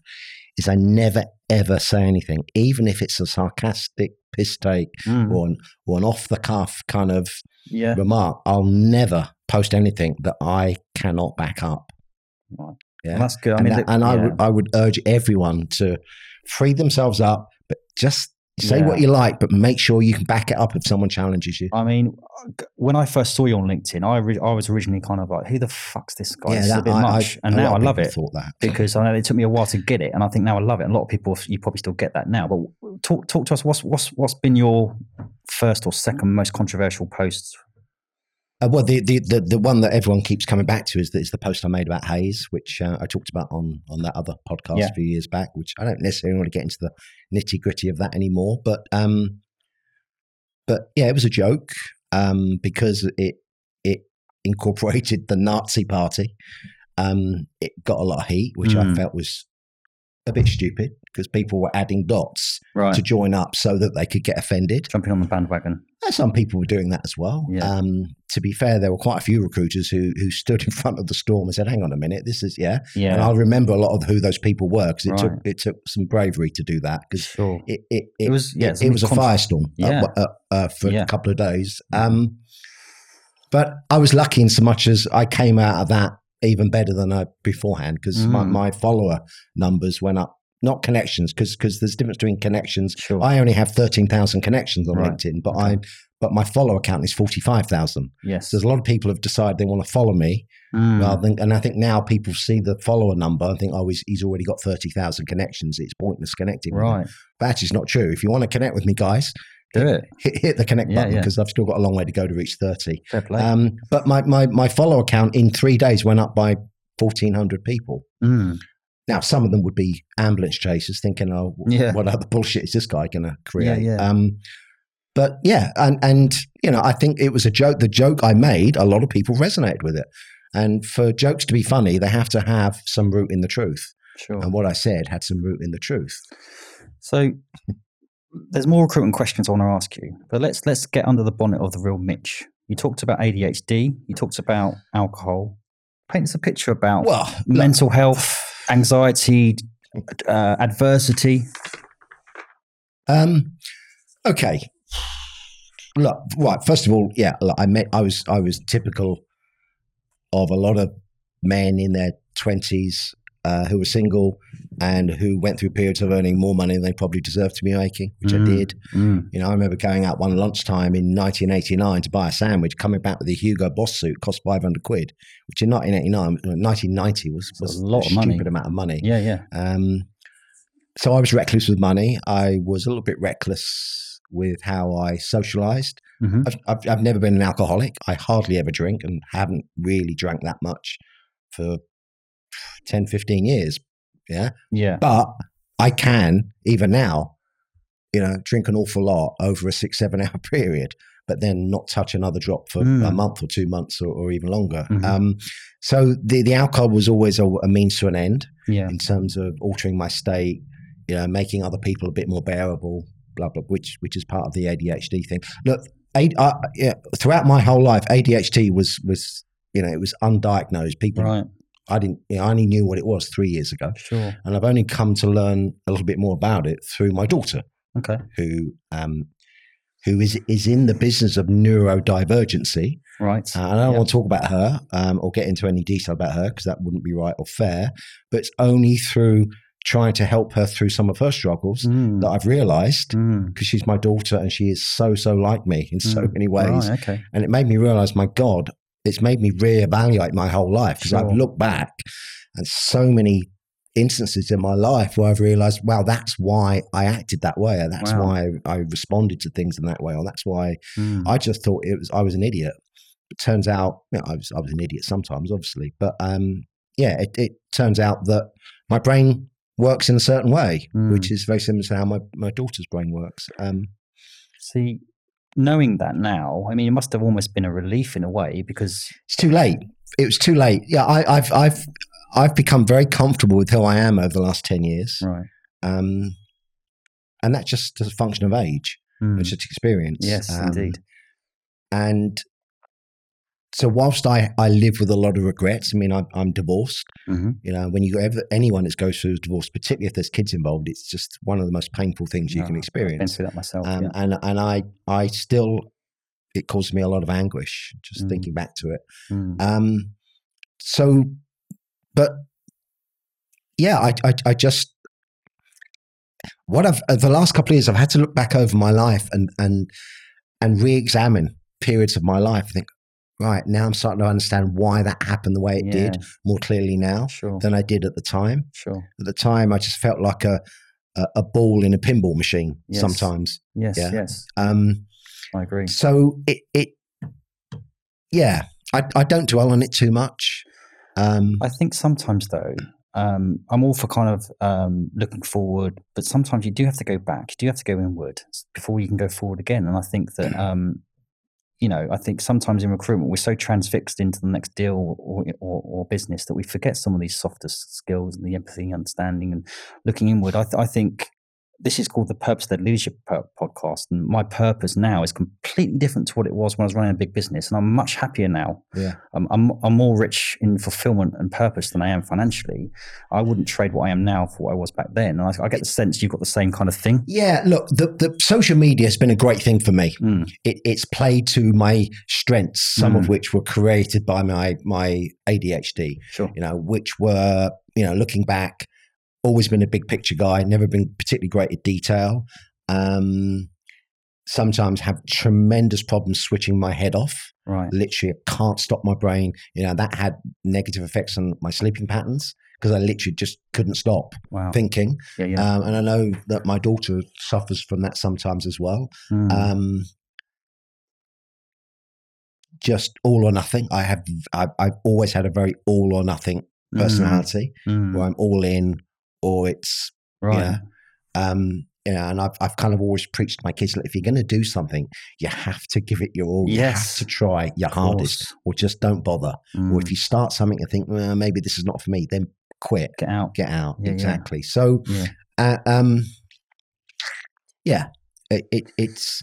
S1: is I never ever say anything, even if it's a sarcastic piss take
S2: Mm,
S1: or an, or an off the cuff kind of
S2: yeah.
S1: remark. I'll never post anything that I cannot back up.
S2: Well,
S1: Yeah
S2: that's good. I
S1: and,
S2: mean,
S1: that-
S2: the-
S1: and I,
S2: yeah.
S1: would, I would urge everyone to free themselves up, but just say what
S2: Yeah.
S1: you like, but make sure you can back it up if someone challenges you.
S2: I mean, g- when I first saw you on LinkedIn, I, ori- I was originally kind of like, who the fuck's this guy? This is a bit much. and
S1: a
S2: now
S1: lot
S2: I
S1: of
S2: love
S1: people
S2: it
S1: Thought that.
S2: because I know it took me a while to get it. And I think now I love it. And a lot of people, you probably still get that now. But talk, talk to us. What's, what's, what's been your first or second most controversial post?
S1: Uh, well, the, the, the, the one that everyone keeps coming back to is the, is the post I made about Hayes, which uh, I talked about on, on that other podcast
S2: Yeah.
S1: a few years back, which I don't necessarily want to get into the nitty gritty of that anymore. But, um, but yeah, it was a joke um, because it, it incorporated the Nazi party. Um, it got a lot of heat, which I
S2: Mm.
S1: felt was a bit stupid because people were adding dots
S2: Right.
S1: to join up so that they could get offended.
S2: Jumping on the bandwagon.
S1: And some people were doing that as well.
S2: Yeah.
S1: Um, to be fair, there were quite a few recruiters who who stood in front of the storm and said, "Hang on a minute, this is yeah." And
S2: Yeah.
S1: I remember a lot of who those people were because it took
S2: Right.
S1: it took some bravery to do that because
S2: Sure.
S1: it it,
S2: It
S1: it,
S2: was, yeah.
S1: it, it was a
S2: contro-
S1: firestorm
S2: Yeah.
S1: uh, uh, uh, for
S2: Yeah.
S1: a couple of days. Um, but I was lucky in so much as I came out of that even better than I beforehand because my,
S2: Mm.
S1: my follower numbers went up. Not connections, because there's a difference between connections
S2: Sure.
S1: I only have thirteen thousand connections on
S2: Right.
S1: LinkedIn, but
S2: Okay.
S1: I but my follower count is forty five thousand.
S2: yes.
S1: So there's a lot of people have decided they want to follow me
S2: Mm.
S1: rather than. And I think now people see the follower number and think, oh, he's, he's already got thirty thousand connections. It's pointless connecting. with him.
S2: right.
S1: But actually, it's not true. If you want to connect with me, guys,
S2: Do it.
S1: hit, hit the connect
S2: Yeah,
S1: button
S2: yeah.
S1: because I've still got a long way to go to reach thirty.
S2: Fair play.
S1: Um, but my, my my follower count in three days went up by fourteen hundred people. Um,
S2: Mm.
S1: Now, some of them would be ambulance chasers thinking, oh, w-
S2: Yeah.
S1: what other bullshit is this guy going to create?
S2: yeah.
S1: Um, but yeah, and, and, you know, I think it was a joke. The joke I made, a lot of people resonated with it. And for jokes to be funny, they have to have some root in the truth.
S2: Sure.
S1: And what I said had some root in the truth.
S2: So there's more recruitment questions I want to ask you, but let's let's get under the bonnet of the real Mitch. You talked about ADHD. You talked about alcohol. Paint us a picture about
S1: Well, look,
S2: mental health, anxiety, uh, adversity.
S1: um, okay. Look, right. First of all, yeah, look, I met. I was. I was typical of a lot of men in their twenties uh, who were single and who went through periods of earning more money than they probably deserved to be making, which I
S2: Mm.
S1: did.
S2: Mm.
S1: You know, I remember going out one lunchtime in 1989 to buy a sandwich, coming back with a Hugo Boss suit, cost 500 quid, which in 1989, 1990 was,
S2: That's
S1: was
S2: a lot of
S1: stupid
S2: money.
S1: amount of money.
S2: Yeah, yeah.
S1: Um, so I was reckless with money. I was a little bit reckless with how I socialized.
S2: Mhm.
S1: I've, I've, I've never been an alcoholic. I hardly ever drink and haven't really drank that much for 10, 15 years.
S2: Yeah.
S1: But I can, even now, you know, drink an awful lot over a six, seven hour period, but then not touch another drop for
S2: Mm.
S1: a month or two months or, or even longer.
S2: Mhm.
S1: Um, so the, the alcohol was always a, a means to an end
S2: Yeah.
S1: in terms of altering my state, you know, making other people a bit more bearable, blah blah, which which is part of the ADHD thing. Look, A- uh, yeah, throughout my whole life, ADHD was was you know it was undiagnosed. People,
S2: Right.
S1: I didn't, you know, I only knew what it was three years ago,
S2: Sure.
S1: and I've only come to learn a little bit more about it through my daughter,
S2: Okay.
S1: who um, who is is in the business of neurodivergency.
S2: Right.
S1: Uh, and I don't
S2: Yeah.
S1: want to talk about her um, or get into any detail about her because that wouldn't be right or fair. But it's only through trying to help her through some of her struggles
S2: Mm.
S1: that I've realized
S2: Mm.
S1: because she's my daughter and she is so, so like me in so
S2: Mm.
S1: many ways.
S2: Right, okay.
S1: And it made me realize, my God, it's made me reevaluate my whole life because I've
S2: Sure.
S1: looked back and so many instances in my life where I've realized, wow, that's why I acted that way, or that's
S2: Wow.
S1: why I responded to things in that way, or that's why
S2: Mm.
S1: I just thought it was I was an idiot. It turns out, you know, I was I was an idiot sometimes, obviously, but um, yeah, it, it turns out that my brain works in a certain way,
S2: Mm.
S1: which is very similar to how my, my daughter's brain works. Um,
S2: See, knowing that now, I mean, it must have almost been a relief in a way because.
S1: it's too late. It was too late. Yeah, I, I've I've I've become very comfortable with who I am over the last ten years,
S2: Right.
S1: um, and that's just a function of age.
S2: Mm.
S1: It's just experience.
S2: Yes,
S1: Um,
S2: indeed.
S1: And so, whilst I, I live with a lot of regrets, I mean, I, I'm divorced.
S2: Mhm.
S1: You know, when you ever anyone that goes through a divorce, particularly if there's kids involved, it's just one of the most painful things you
S2: No,
S1: can
S2: I've been
S1: experience.
S2: through that myself.
S1: Um,
S2: yeah.
S1: And and I I still it caused me a lot of anguish just
S2: Mm.
S1: thinking back to it.
S2: Mm.
S1: Um, so, but yeah, I I, I just what I've uh, the last couple of years I've had to look back over my life and and and re-examine periods of my life. I think right now I'm starting to understand why that happened the way it did
S2: Yeah,
S1: more clearly now
S2: Sure.
S1: than I did at the time.
S2: Sure.
S1: At the time, I just felt like a a, a ball in a pinball machine
S2: Yes.
S1: sometimes.
S2: Yes.
S1: Yeah.
S2: Yes.
S1: Um,
S2: I agree.
S1: so it it yeah, I I don't dwell on it too much. Um,
S2: I think sometimes though, um, I'm all for kind of um, looking forward, but sometimes you do have to go back. You do have to go inward s- before you can go forward again. And I think that, um, you know, I think sometimes in recruitment we're so transfixed into the next deal or, or, or business that we forget some of these softer s- skills and the empathy, understanding, and looking inward. I, th- I think this is called the Purpose Led Leadership Po- Podcast, and my purpose now is completely different to what it was when I was running a big business, and I'm much happier now
S1: yeah,
S2: I'm, I'm, I'm more rich in fulfillment and purpose than I am financially. I wouldn't trade what I am now for what I was back then. And I, I get the sense you've got the same kind of thing.
S1: yeah. Look, the the social media has been a great thing for me.
S2: Mm,
S1: It, it's played to my strengths, some
S2: Mm.
S1: of which were created by my my ADHD.
S2: sure.
S1: you know, which were, you know, looking back, always been a big picture guy, never been particularly great at detail. Um, sometimes have tremendous problems switching my head off.
S2: Right.
S1: Literally, I can't stop my brain. You know, that had negative effects on my sleeping patterns because I literally just couldn't stop
S2: Wow.
S1: thinking.
S2: Yeah. Yeah.
S1: Um, and I know that my daughter suffers from that sometimes as well.
S2: Mm,
S1: Um, just all or nothing. I have. I've, I've always had a very all or nothing
S2: mm,
S1: personality
S2: mm,
S1: where I'm all in or it's
S2: right.
S1: yeah. um you know, and I've I've kind of always preached to my kids that if you're gonna do something, you have to give it your all. You have
S2: Yes.
S1: to try your
S2: Of
S1: hardest
S2: course.
S1: or just don't bother. Or if
S2: Mm,
S1: you start something and think, well, maybe this is not for me, then quit.
S2: get out.
S1: Get out.
S2: Yeah, yeah.
S1: exactly. So
S2: Yeah.
S1: uh, um yeah. It, it it's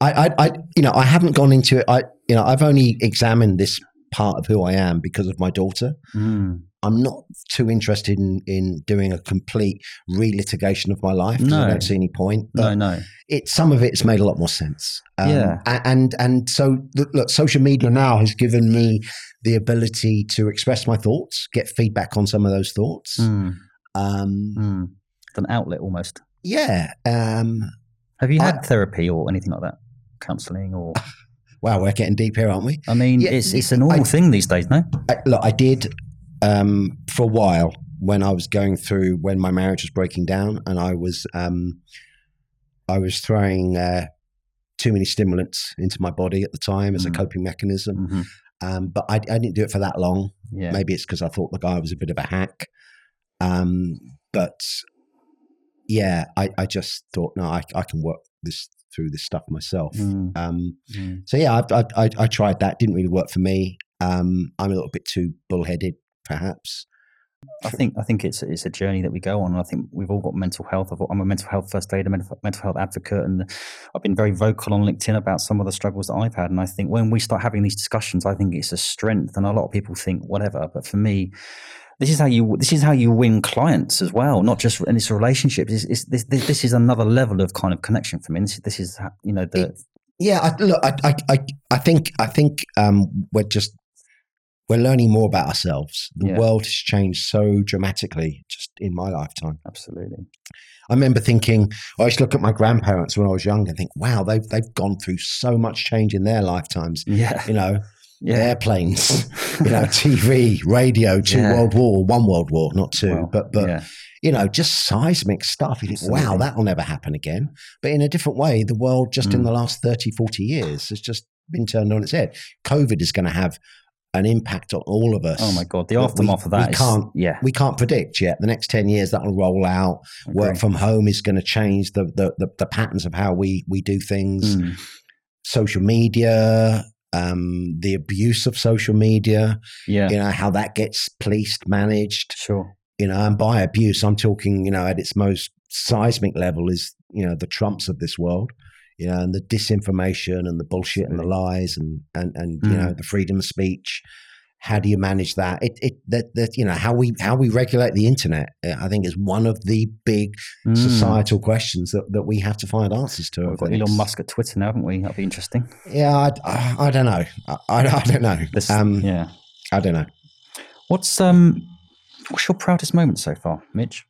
S1: I, I I you know, I haven't gone into it. I you know, I've only examined this part of who I am because of my daughter
S2: Mm,
S1: I'm not too interested in, in doing a complete relitigation of my life. 'cause I
S2: No.
S1: don't see any point. But
S2: No, no.
S1: it some of it's made a lot more sense. Um,
S2: Yeah.
S1: a- and and so look, look, social media now has given me the ability to express my thoughts, get feedback on some of those thoughts.
S2: Mm,
S1: Um,
S2: mm. It's an outlet almost.
S1: Yeah. Um,
S2: Have you
S1: I-
S2: had therapy or anything like that? Counselling or
S1: wow, we're getting deep here, aren't we?
S2: I mean,
S1: Yeah,
S2: it's it's a normal
S1: I-
S2: thing these days, no?
S1: I, look, I did um, for a while when I was going through when my marriage was breaking down, and I was um, I was throwing uh, too many stimulants into my body at the time as a
S2: Mm.
S1: coping mechanism.
S2: hmm
S1: Um, but I, I didn't do it for that long.
S2: Yeah.
S1: Maybe it's because I thought the guy was a bit of a hack. Um, but yeah, I, I just thought, no, I, I can work this through this stuff myself.
S2: Mm,
S1: Um,
S2: mm.
S1: so yeah, I, I, I, I tried that. Didn't really work for me. Um, I'm a little bit too bullheaded, perhaps.
S2: I think I think it's it's a journey that we go on. And I think we've all got mental health. I've- I'm a mental health first aider, mental, mental health advocate, and I've been very vocal on LinkedIn about some of the struggles that I've had. And I think when we start having these discussions, I think it's a strength. And a lot of people think whatever, but for me, this is how you this is how you win clients as well. Not just and it's relationships. It's, it's, this, this this is another level of kind of connection for me. This, this is how- you know the
S1: Yeah, I, look, I, I, I, I think I think um, we're just we're learning more about ourselves. The
S2: Yeah.
S1: world has changed so dramatically just in my lifetime.
S2: absolutely
S1: I remember thinking, I used to look at my grandparents when I was young and think, wow, they've, they've gone through so much change in their lifetimes.
S2: yeah
S1: You know,
S2: yeah.
S1: airplanes, you know, TV, radio, two
S2: Yeah.
S1: world war, one world war, not two,
S2: Wow.
S1: but, but
S2: yeah.
S1: you know, just seismic stuff. You think, wow,
S2: Absolutely.
S1: that'll never happen again. But in a different way, the world just in
S2: Mm.
S1: the last 30, 40 years has just been turned on its head. COVID is going to have an impact on all of us.
S2: Oh my god, the
S1: we-
S2: aftermath of that
S1: we
S2: is-
S1: can't-
S2: yeah.
S1: We can't predict yet. The next 10 years, that'll roll out work
S2: agree.
S1: from home is going to change the, the, the, the patterns of how we, we do things.
S2: Mm,
S1: Social media, um, the abuse of social media,
S2: yeah,
S1: you know, how that gets policed, managed,
S2: sure.
S1: you know, and by abuse, I'm talking, you know, at its most seismic level is, you know, the Trumps of this world. You know, and the disinformation and the bullshit and the lies and and and you
S2: Mm.
S1: know the freedom of speech. How do you manage that? It it that, that you know how we how we regulate the internet. uh, I think is one of the big
S2: Mm.
S1: societal questions that, that we have to find answers to.
S2: We've
S1: over
S2: got
S1: the
S2: Elon
S1: next-
S2: Musk at Twitter now, haven't we? That'd be interesting.
S1: Yeah, I, I, I don't know. I, I, I don't know.
S2: This,
S1: um,
S2: yeah.
S1: I don't know.
S2: What's um, what's your proudest moment so far, Mitch?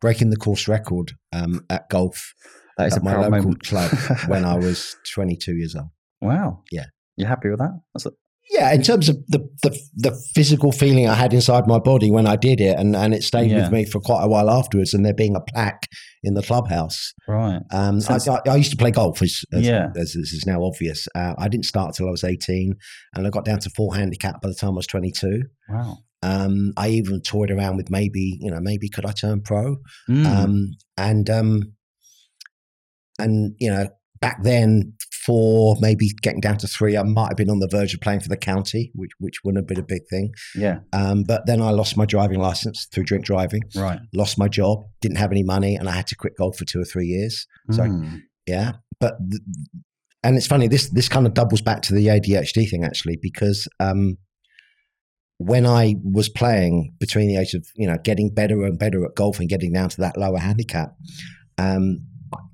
S1: Breaking the course record um, at golf
S2: That is
S1: at
S2: a
S1: my
S2: proud
S1: local
S2: moment.
S1: club when I was 22 years old.
S2: wow.
S1: Yeah.
S2: You happy with that? That's a,
S1: Yeah, in terms of the, the the physical feeling I had inside my body when I did it, and, and it stayed
S2: Yeah.
S1: with me for quite a while afterwards, and there being a plaque in the clubhouse.
S2: right.
S1: Um, I,
S2: Sounds-
S1: I, I used to play golf, as, as,
S2: Yeah.
S1: as, as is now obvious. Uh, I didn't start till I was 18, and I got down to four handicap by the time I was 22.
S2: Wow.
S1: Um, I even toyed around with maybe, you know, maybe could I turn pro?
S2: Mm,
S1: Um, and um, and you know, back then, four maybe getting down to three, I might have been on the verge of playing for the county, which which wouldn't have been a big thing.
S2: yeah.
S1: Um, but then I lost my driving license through drink driving,
S2: Right.
S1: lost my job, didn't have any money, and I had to quit golf for two or three years. So-
S2: Mm,
S1: Yeah, but th- and it's funny this this kind of doubles back to the ADHD thing actually because um, when I was playing between the age of you know getting better and better at golf and getting down to that lower handicap, um,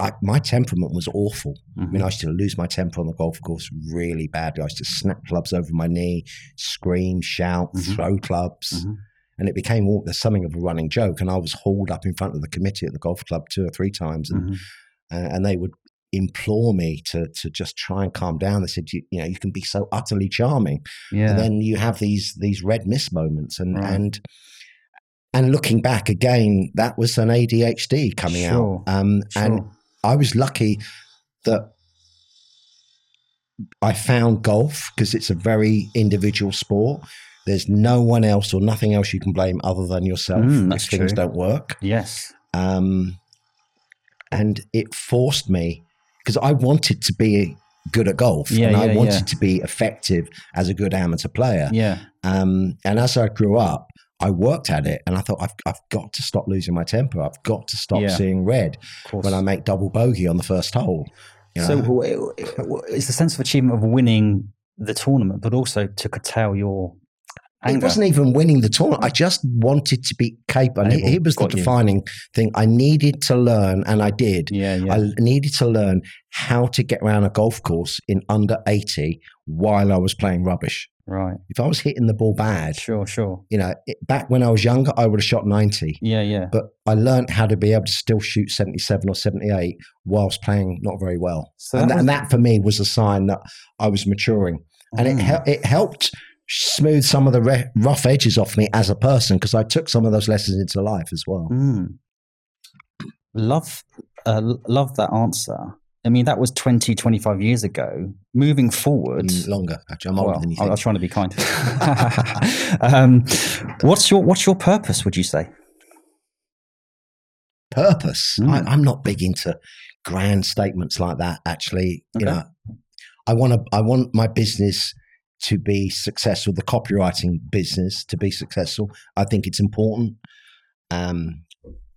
S1: I, my temperament was awful.
S2: Mm-hmm.
S1: I mean, I used to lose my temper on the golf course really badly. I used to snap clubs over my knee, scream, shout,
S2: Mhm.
S1: throw clubs.
S2: Mhm.
S1: And it became all, there's something of a running joke. And I was hauled up in front of the committee at the golf club two or three times. And
S2: mhm,
S1: and, uh, and they would implore me to to just try and calm down. They said, you, you know, you can be so utterly charming,
S2: Yeah.
S1: and then you have these these red mist moments, and
S2: Right.
S1: and and looking back again, that was an ADHD coming
S2: Sure.
S1: out, um, and
S2: Sure.
S1: I was lucky that. I found golf because it's a very individual sport. There's no one else or nothing else you can blame other than yourself
S2: Mm,
S1: if
S2: that's
S1: things
S2: true.
S1: don't work
S2: yes.
S1: um, and it forced me because I wanted to be good at golf
S2: Yeah,
S1: and I
S2: yeah,
S1: wanted
S2: yeah.
S1: to be effective as a good amateur player.
S2: Yeah.
S1: Um, and as I grew up, I worked at it and I thought, I've, I've got to stop losing my temper. I've got to stop
S2: Yeah.
S1: seeing red
S2: Of course.
S1: when I make double bogey on the first hole. you
S2: So
S1: know?
S2: w- w- it's the sense of achievement of winning the tournament, but also to curtail your
S1: It wasn't even winning the tournament. I just wanted to be capable. And
S2: Able.
S1: he, he was the
S2: Got you.
S1: defining thing. I needed to learn, and I did.
S2: yeah, yeah.
S1: I needed to learn how to get around a golf course in under 80 while I was playing rubbish.
S2: right.
S1: If I was hitting the ball bad,
S2: Sure, sure.
S1: you know, it, back when I was younger, I would have shot 90.
S2: Yeah, yeah.
S1: But I learned how to be able to still shoot 77 or 78 whilst playing not very well.
S2: So
S1: and, that,
S2: was-
S1: and that for me was a sign that I was maturing. And it,
S2: Mm.
S1: hel- it helped smooth some of the re- rough edges off me as a person because I took some of those lessons into life as well.
S2: Mm. Love, uh, l- love that answer. I mean, that was 20, 25 years ago. Moving forward,
S1: Mm, Longer, actually. I'm older
S2: well,
S1: than you
S2: I, I
S1: think.
S2: was trying to be kind. um, what's your What's your purpose? Would you say?
S1: purpose.
S2: Mm.
S1: I, I'm not big into grand statements like that. Actually,
S2: Okay.
S1: you know, I want to. I want my business to be successful. The copywriting business to be successful. I think it's important. Um,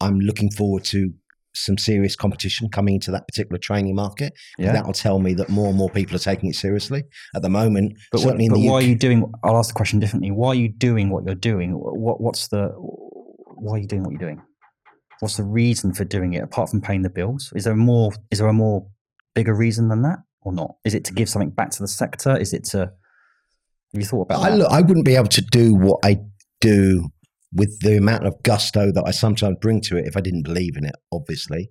S1: I'm looking forward to some serious competition coming into that particular training market.
S2: Yeah.
S1: That will tell me that more and more people are taking it seriously. At the moment,
S2: but what-
S1: certainly
S2: but
S1: in the
S2: why are
S1: UK,
S2: you doing? I'll ask the question differently. Why are you doing what you're doing? What What's the Why are you doing what you're doing? What's the reason for doing it apart from paying the bills? Is there a more Is there a more bigger reason than that or not? Is it to give something back to the sector? Is it to Have you thought about
S1: I
S2: that?
S1: look, I wouldn't be able to do what I do with the amount of gusto that I sometimes bring to it if I didn't believe in it. Obviously,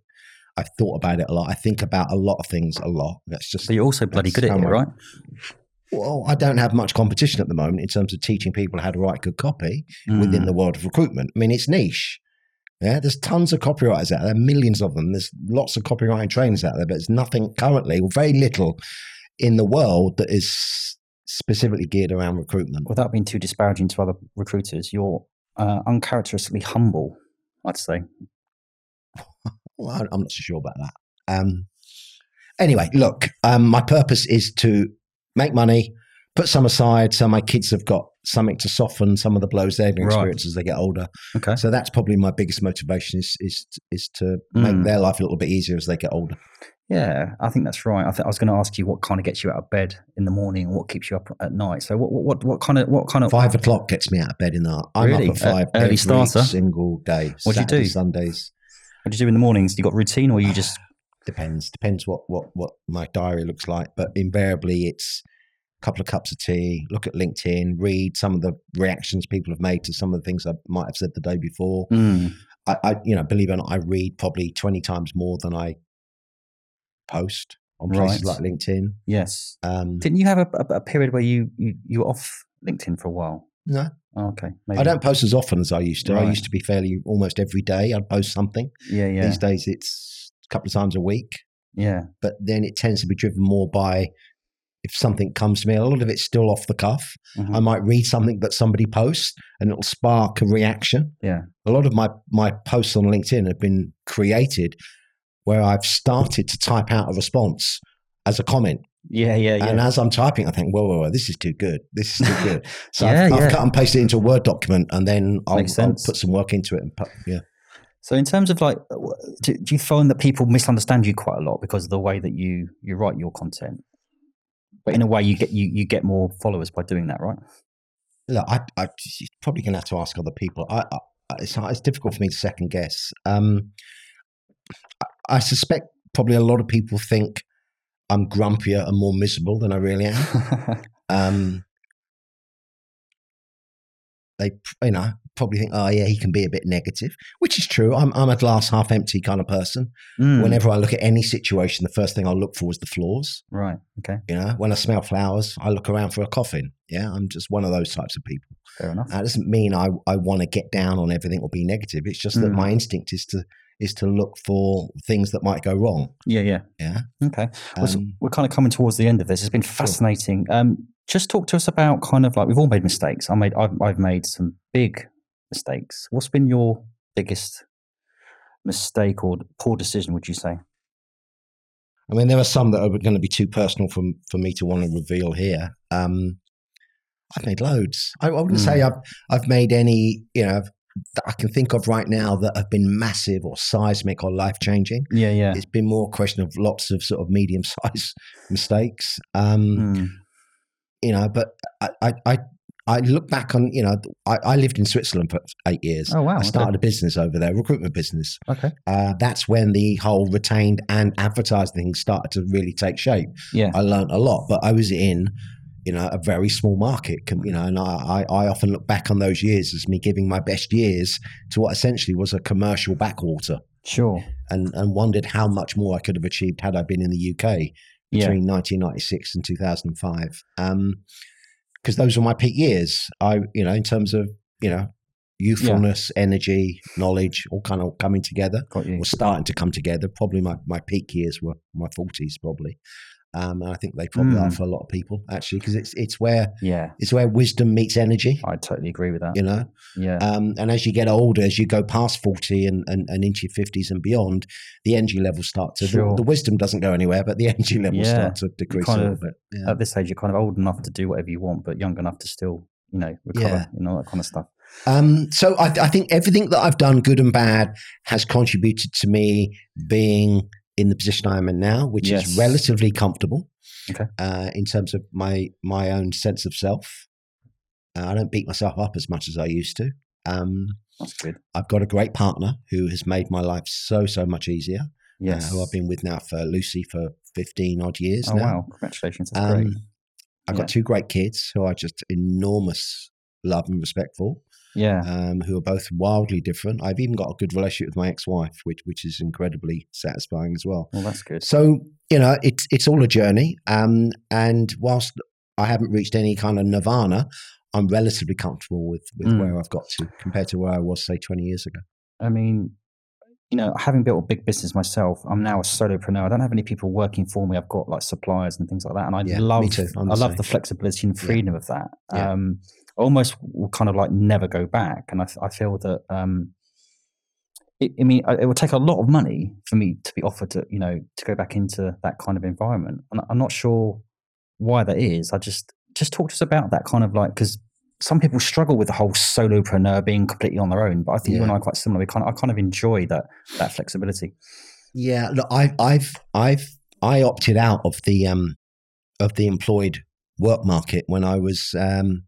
S1: I've thought about it a lot. I think about a lot of things a lot. That's just
S2: So you're also bloody good at it,
S1: Somewhere.
S2: right?
S1: well, I don't have much competition at the moment in terms of teaching people how to write good copy
S2: Hmm. Mm.
S1: within the world of recruitment. I mean, it's niche. Yeah, there's tons of copywriters out there, millions of them. There's lots of copywriting trainers out there, but there's nothing currently, or very little, in the world that is specifically geared around recruitment.
S2: without being too disparaging to other recruiters, you're uh, uncharacteristically humble. I'd say.
S1: Well, I- I'm not so sure about that. Um, anyway, look, um, my purpose is to make money, put some aside so my kids have got something to soften some of the blows they've
S2: Right.
S1: experienced as they get older.
S2: Okay.
S1: So that's probably my biggest motivation is is is to
S2: Mm.
S1: make their life a little bit easier as they get older.
S2: Yeah, I think that's right. I, th- I was going to ask you what kind of gets you out of bed in the morning and what keeps you up at night. So what what what, what kind of what kind of
S1: Five o'clock gets me out of bed in the night. I'm
S2: Oh. Really?
S1: up at five
S2: E- early
S1: every
S2: starter?
S1: single day.
S2: What do you
S1: Saturday,
S2: do?
S1: Sundays
S2: what do you do in the mornings? You got routine or you just
S1: depends depends what what what my diary looks like, but invariably it's couple of cups of tea, look at LinkedIn, read some of the reactions people have made to some of the things I might have said the day before.
S2: Mm,
S1: I, I you know, believe it or not, I read probably 20 times more than I post on places
S2: Right.
S1: like LinkedIn.
S2: yes.
S1: Um,
S2: Didn't you have a, a, a period where you, you you were off LinkedIn for a while?
S1: No.
S2: Oh, okay. Maybe.
S1: I don't post as often as I used to.
S2: Right.
S1: I used to be fairly almost every day I'd post something.
S2: Yeah, yeah,
S1: These days it's a couple of times a week,
S2: yeah.
S1: but then it tends to be driven more by if something comes to me, a lot of it's still off the cuff.
S2: mhm.
S1: I might read something that somebody posts and it'll spark a reaction.
S2: Yeah.
S1: A lot of my, my posts on LinkedIn have been created where I've started to type out a response as a comment.
S2: yeah, yeah, yeah.
S1: And as I'm typing, I think, whoa, whoa, whoa, this is too good. This is too good. So I've,
S2: Yeah,
S1: I've
S2: yeah.
S1: cut and pasted it into a Word document and then I'll,
S2: Makes
S1: I'll
S2: sense.
S1: put some work into it. And put, yeah.
S2: So, in terms of like, w- do, do you find that people misunderstand you quite a lot because of the way that you you write your content? But in a way, you get you, you get more followers by doing that, right?
S1: Look, I, I you're probably going to have to ask other people. I, I it's, it's difficult for me to second guess. Um, I, I suspect probably a lot of people think I'm grumpier and more miserable than I really am. Um, they, p- you know, probably think, oh yeah, he can be a bit negative, which is true. I'm I'm a glass half empty kind of person.
S2: Mm,
S1: Whenever I look at any situation, the first thing I'll look for is the flaws.
S2: right. Okay.
S1: You know, when I smell flowers, I look around for a coffin. Yeah, I'm just one of those types of people.
S2: Fair enough.
S1: That doesn't mean I, I want to get down on everything or be negative. It's just that
S2: Mm.
S1: my instinct is to is to look for things that might go wrong.
S2: Yeah, yeah,
S1: Yeah.
S2: Okay. Well, so
S1: Um,
S2: we're kind of coming towards the end of this. It's been fascinating. Um, just talk to us about kind of like we've all made mistakes. I made I've, I've made some big mistakes. What's been your biggest mistake or poor decision? Would you say?
S1: I mean, there are some that are going to be too personal for for me to want to reveal here. Um, I've made loads. I, I wouldn't
S2: Mm.
S1: say I've I've made any you know that I can think of right now that have been massive or seismic or life changing.
S2: Yeah, yeah.
S1: It's been more a question of lots of sort of medium sized mistakes. Um,
S2: Mm.
S1: you know, but I, I, I, I look back on, you know, I, I lived in Switzerland for eight years.
S2: Oh, wow,
S1: I
S2: okay.
S1: started a business over there, recruitment business.
S2: Okay.
S1: Uh, that's when the whole retained and advertising thing started to really take shape.
S2: Yeah.
S1: I learned a lot, but I was in, you know, a very small market, com- you know, and I, I I often look back on those years as me giving my best years to what essentially was a commercial backwater
S2: Sure.
S1: and, and wondered how much more I could have achieved had I been in the UK
S2: Yeah.
S1: between 1996 and 2005. Um, because those were my peak years. I, you know, in terms of, you know, youthfulness, energy, knowledge, all kind of coming together
S2: Got you.
S1: were starting to come together. Probably my, my peak years were my forties, probably. Um, and I think they probably are
S2: Mm.
S1: for a lot of people actually, because it's it's where
S2: Yeah.
S1: it's where wisdom meets energy.
S2: I totally agree with that.
S1: You know,
S2: Yeah.
S1: um, and as you get older, as you go past forty and, and, and into your fifties and beyond, the energy levels start to the-
S2: Sure.
S1: the, wisdom doesn't go anywhere, but the energy levels
S2: Yeah.
S1: start to decrease a
S2: kind
S1: little
S2: of- uh,
S1: bit. Yeah.
S2: At this age, you're kind of old enough to do whatever you want, but young enough to still, you know, recover,
S1: Yeah.
S2: you know, that kind of stuff.
S1: Um, so I, I think everything that I've done, good and bad, has contributed to me being in the position I am in now, which
S2: Yes.
S1: is relatively comfortable
S2: Okay.
S1: uh, in terms of my my own sense of self. Uh, I don't beat myself up as much as I used to. Um,
S2: That's good.
S1: I've got a great partner who has made my life so so much easier. uh,
S2: Yes.
S1: who I've been with now for Lucy for fifteen odd years
S2: oh,
S1: now.
S2: wow. Congratulations. That's
S1: Um,
S2: great.
S1: I've
S2: Yeah.
S1: got two great kids who I just enormous love and respect for
S2: Yeah.
S1: um, who are both wildly different. I've even got a good relationship with my ex-wife, which which is incredibly satisfying as well.
S2: well, that's good.
S1: So you know, it's it's all a journey. Um, and whilst I haven't reached any kind of nirvana, I'm relatively comfortable with with
S2: Mm.
S1: where I've got to compared to where I was say 20 years ago.
S2: I mean, you know, having built a big business myself, I'm now a solopreneur. I don't have any people working for me. I've got like suppliers and things like that, and I
S1: Yeah, me
S2: love,
S1: too.
S2: I
S1: I'm the
S2: love
S1: same.
S2: the flexibility and
S1: Yeah.
S2: freedom of that.
S1: Yeah.
S2: Um, I almost will kind of like never go back, and I, f- I feel that. Um, it, I mean, I- it would take a lot of money for me to be offered to, you know, to go back into that kind of environment, and I'm not sure why that is. I just just talk to us about that kind of like because some people struggle with the whole solopreneur being completely on their own, but I think you
S1: Yeah.
S2: and I are quite similar. We kind of, I kind of enjoy that that flexibility.
S1: Yeah, look, I, I've I've I opted out of the um of the employed work market when I was um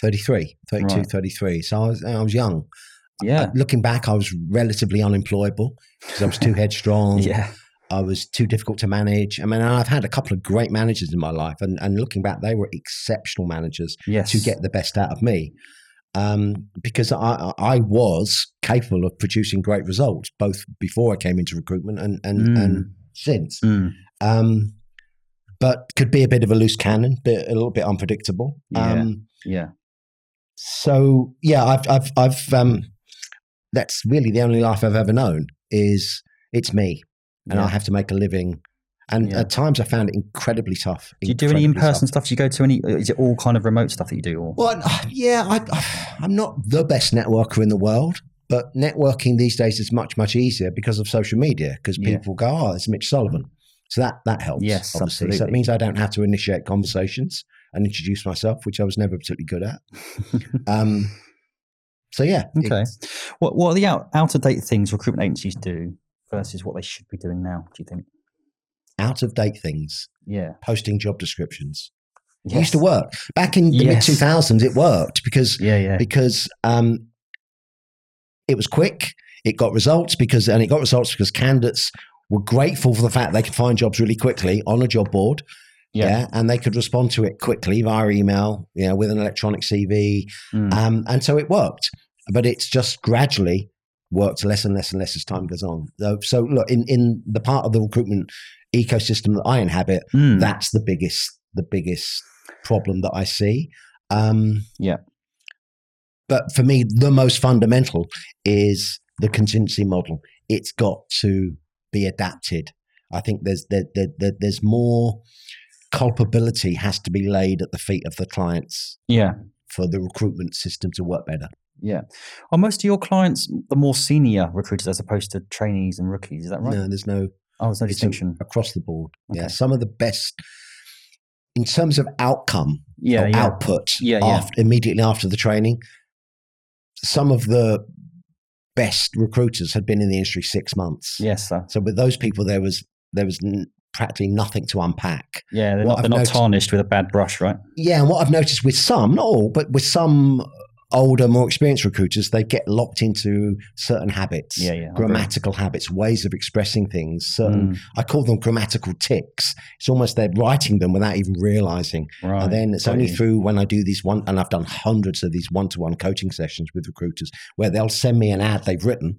S1: 33, 32,
S2: Right.
S1: 33. So I was I was young.
S2: Yeah,
S1: Uh, looking back, I was relatively unemployable because I was too headstrong.
S2: yeah,
S1: I was too difficult to manage. I mean, I've had a couple of great managers in my life, and, and looking back, they were exceptional managers
S2: yes.
S1: to get the best out of me um, because I, I I was capable of producing great results both before I came into recruitment and, and,
S2: Mm.
S1: and since.
S2: Mm.
S1: Um, but could be a bit of a loose cannon, bit, a little bit unpredictable.
S2: Yeah.
S1: Um,
S2: yeah,
S1: so yeah, I've I've I've um that's really the only life I've ever known is it's me and
S2: yeah.
S1: I have to make a living. And
S2: Yeah.
S1: at times I found it incredibly tough.
S2: do you do any in
S1: incredibly
S2: person
S1: tough.
S2: stuff? Do you go to any? uh, Is it all kind of remote stuff that you do? Or
S1: Well, I- yeah, I, I'm not the best networker in the world, but networking these days is much much easier because of social media because
S2: Yeah.
S1: people go, oh, it's Mitch Sullivan, so that that helps.
S2: Yes,
S1: obviously. So
S2: absolutely.
S1: it means I don't have to initiate conversations and introduce myself, which I was never particularly good at. um, so yeah, it-
S2: okay, what what are the out, out of date things recruitment agencies do versus what they should be doing now? Do you think?
S1: out of date things,
S2: Yeah,
S1: posting job descriptions. It
S2: Yes.
S1: used to work back in the
S2: Yes.
S1: mid two thousands. It worked because
S2: Yeah, yeah,
S1: because um, it was quick. It got results because and it got results because candidates were grateful for the fact they could find jobs really quickly on a job board.
S2: Yeah.
S1: and they could respond to it quickly via email. You know, with an electronic CV,
S2: Mm.
S1: um, and so it worked. But it's just gradually worked less and less and less as time goes on. So, so look, in, in the part of the recruitment ecosystem that I inhabit,
S2: Mm.
S1: that's the biggest the biggest problem that I see. Um,
S2: Yeah.
S1: But for me, the most fundamental is the contingency model. It's got to be adapted. I think there's there, there, there, there's more culpability has to be laid at the feet of the clients
S2: yeah.
S1: for the recruitment system to work better.
S2: Yeah. Are most of your clients the more senior recruiters as opposed to trainees and rookies? Is that right?
S1: No, there's no
S2: Oh, there's no
S1: it's a-
S2: distinction.
S1: across the board. Yeah,
S2: Okay.
S1: some of the best in terms of outcome
S2: Yeah,
S1: or
S2: yeah.
S1: output
S2: Yeah, yeah.
S1: after, immediately after the training. Some of the best recruiters had been in the industry six months.
S2: Yes, sir.
S1: So with those people, there was there was n- practically nothing to unpack.
S2: Yeah, they're
S1: What
S2: not,
S1: I've
S2: they're not
S1: noticed-
S2: tarnished with a bad brush, right?
S1: Yeah, and what I've noticed with some, not all, but with some older, more experienced recruiters, they get locked into certain habits,
S2: Yeah, yeah. I agree.
S1: grammatical habits, ways of expressing things. Certain,
S2: Mm,
S1: I call them grammatical ticks. It's almost they're writing them without even realizing.
S2: right.
S1: And then it's
S2: Got
S1: only
S2: you.
S1: through when I do these one, and I've done hundreds of these one-to-one coaching sessions with recruiters, where they'll send me an ad they've written,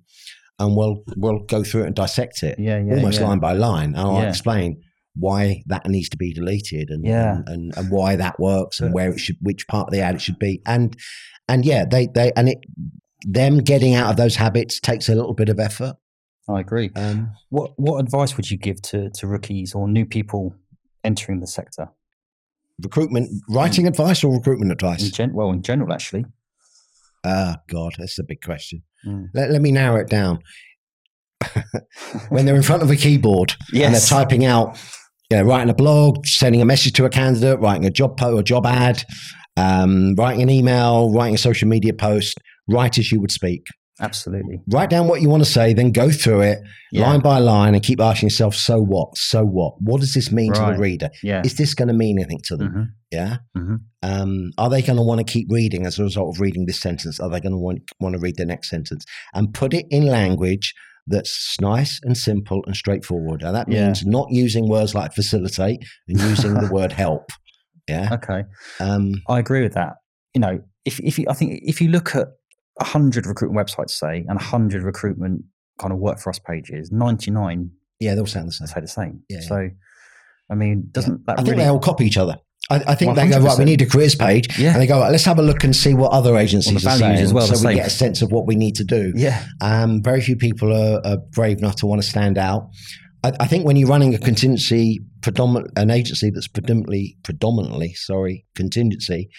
S1: and we'll we'll go through it and dissect it
S2: yeah, yeah,
S1: almost
S2: yeah.
S1: line by line, and I'll
S2: Yeah.
S1: explain why that needs to be deleted and
S2: Yeah.
S1: and, and, and why that works and
S2: But-
S1: where it should, which part of the ad it should be, and and yeah, they they and it them getting out of those habits takes a little bit of effort.
S2: I agree.
S1: Um,
S2: What what advice would you give to, to rookies or new people entering the sector?
S1: recruitment
S2: Mm.
S1: writing advice or recruitment
S2: In
S1: advice?
S2: gen- well, in general, actually.
S1: Ah, God, that's a big question.
S2: Mm.
S1: Let, let me narrow it down. when they're in front of a keyboard and they're
S2: Yes.
S1: typing out, you know, writing a blog, sending a message to a candidate, writing a job po- a job ad, um, writing an email, writing a social media post, write as you would speak.
S2: Absolutely.
S1: Write down what you want to say, then go through it
S2: Yeah.
S1: line by line and keep asking yourself, so what? So what? What does this mean to
S2: Right.
S1: the reader?
S2: yeah.
S1: Is this going to mean anything to them?
S2: Mhm.
S1: Yeah.
S2: Mhm.
S1: Um, are they going to want to keep reading as a result of reading this sentence? Are they going to want want to read the next sentence and put it in language that's nice and simple and straightforward? And that
S2: Yeah.
S1: means not using words like facilitate and using the word help. Yeah.
S2: Okay.
S1: Um,
S2: I agree with that. You know, if if you, I think if you look at hundred recruitment websites, say, and hundred recruitment kind of work for us pages, ninety nine
S1: yeah, they all sound the same.
S2: say the same.
S1: Yeah, yeah.
S2: So, I mean, doesn't that
S1: I think
S2: really?
S1: they all copy each other. I, I think they go right. We
S2: 100%.
S1: need a careers page,
S2: yeah.
S1: and they go right. Let's have a look and see what other agencies are
S2: values
S1: saying,
S2: as well,
S1: so
S2: the
S1: we
S2: same.
S1: get a sense of what we need to do.
S2: yeah.
S1: Um, very few people are, are brave enough to want to stand out. I, I think when you're running a contingency, predominant an agency that's predominantly predominantly sorry contingency,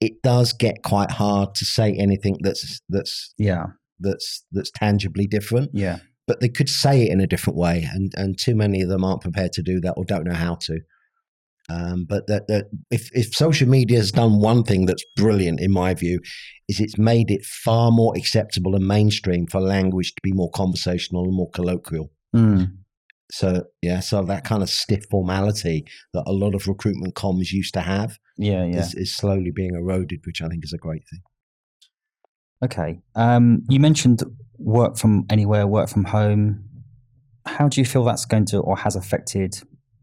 S1: it does get quite hard to say anything that's that's
S2: Yeah.
S1: that's that's tangibly different.
S2: Yeah.
S1: But they could say it in a different way, and and too many of them aren't prepared to do that or don't know how to. Um, but that, that if if social media has done one thing that's brilliant in my view, is it's made it far more acceptable and mainstream for language to be more conversational and more colloquial.
S2: Mm.
S1: So yeah, so that kind of stiff formality that a lot of recruitment comms used to have
S2: Yeah. Yeah.
S1: is, is slowly being eroded, which I think is a great thing.
S2: Okay. Um, you mentioned work from anywhere, work from home. How do you feel that's going to or has affected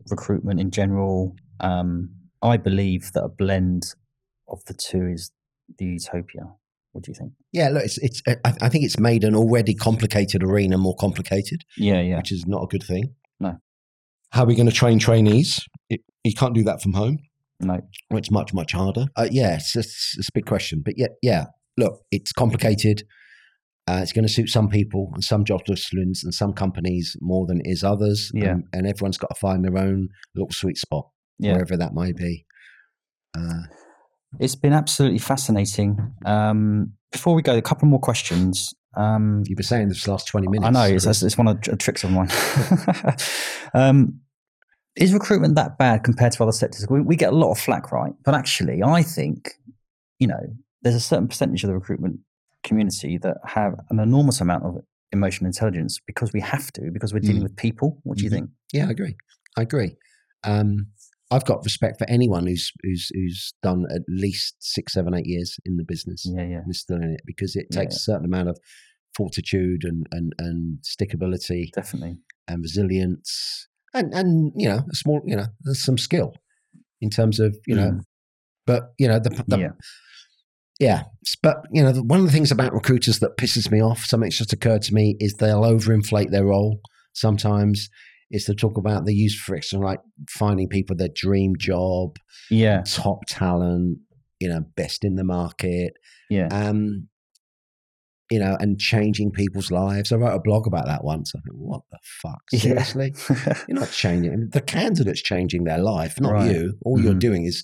S2: recruitment in general? Um, I believe that a blend of the two is the utopia. What do you think?
S1: Yeah, look, it's it's I, I think it's made an already complicated arena more complicated.
S2: Yeah, yeah.
S1: which is not a good thing.
S2: No.
S1: How are we going to train trainees? It, you can't do that from home.
S2: No.
S1: It's much, much harder. Uh, yeah, it's, it's, it's a big question. But yeah, yeah, look, it's complicated. Uh, it's going to suit some people and some job disciplines and some companies more than it is others.
S2: Yeah.
S1: And, and everyone's got to find their own little sweet spot,
S2: Yeah.
S1: wherever that may be. Uh,
S2: It's been absolutely fascinating. Um, before we go, a couple more questions. Um,
S1: you've been saying this for the last 20 minutes.
S2: I know it's,
S1: Chris.
S2: it's one of the tr- tricks of mine. um, is recruitment that bad compared to other sectors? We, we get a lot of flack, right? But actually, I think you know there's a certain percentage of the recruitment community that have an enormous amount of emotional intelligence because we have to because we're dealing
S1: Mm.
S2: with people. What do you
S1: Mhm.
S2: think?
S1: Yeah, I agree. I agree. Um, I've got respect for anyone who's who's who's done at least six, seven, eight years in the business
S2: Yeah, yeah,
S1: and is still in it because it
S2: Yeah.
S1: takes a certain amount of fortitude and and and stickability
S2: definitely.
S1: and resilience and and you know a small you know there's some skill in terms of you know
S2: Mm.
S1: but you know the, the
S2: yeah,
S1: yeah. S- But, you know, the- one of the things about recruiters that pisses me off, something that's just occurred to me, is they'll overinflate their role sometimes. Is to talk about the use for extra, like finding people their dream job,
S2: yeah,
S1: top talent, you know, best in the market,
S2: yeah.
S1: um, you know, and changing people's lives. I wrote a blog about that once. I think, what the fuck?
S2: Yeah.
S1: Seriously? You're not changing. I mean, the candidate's changing their life, not
S2: Right.
S1: you. All you're
S2: Mhm.
S1: doing is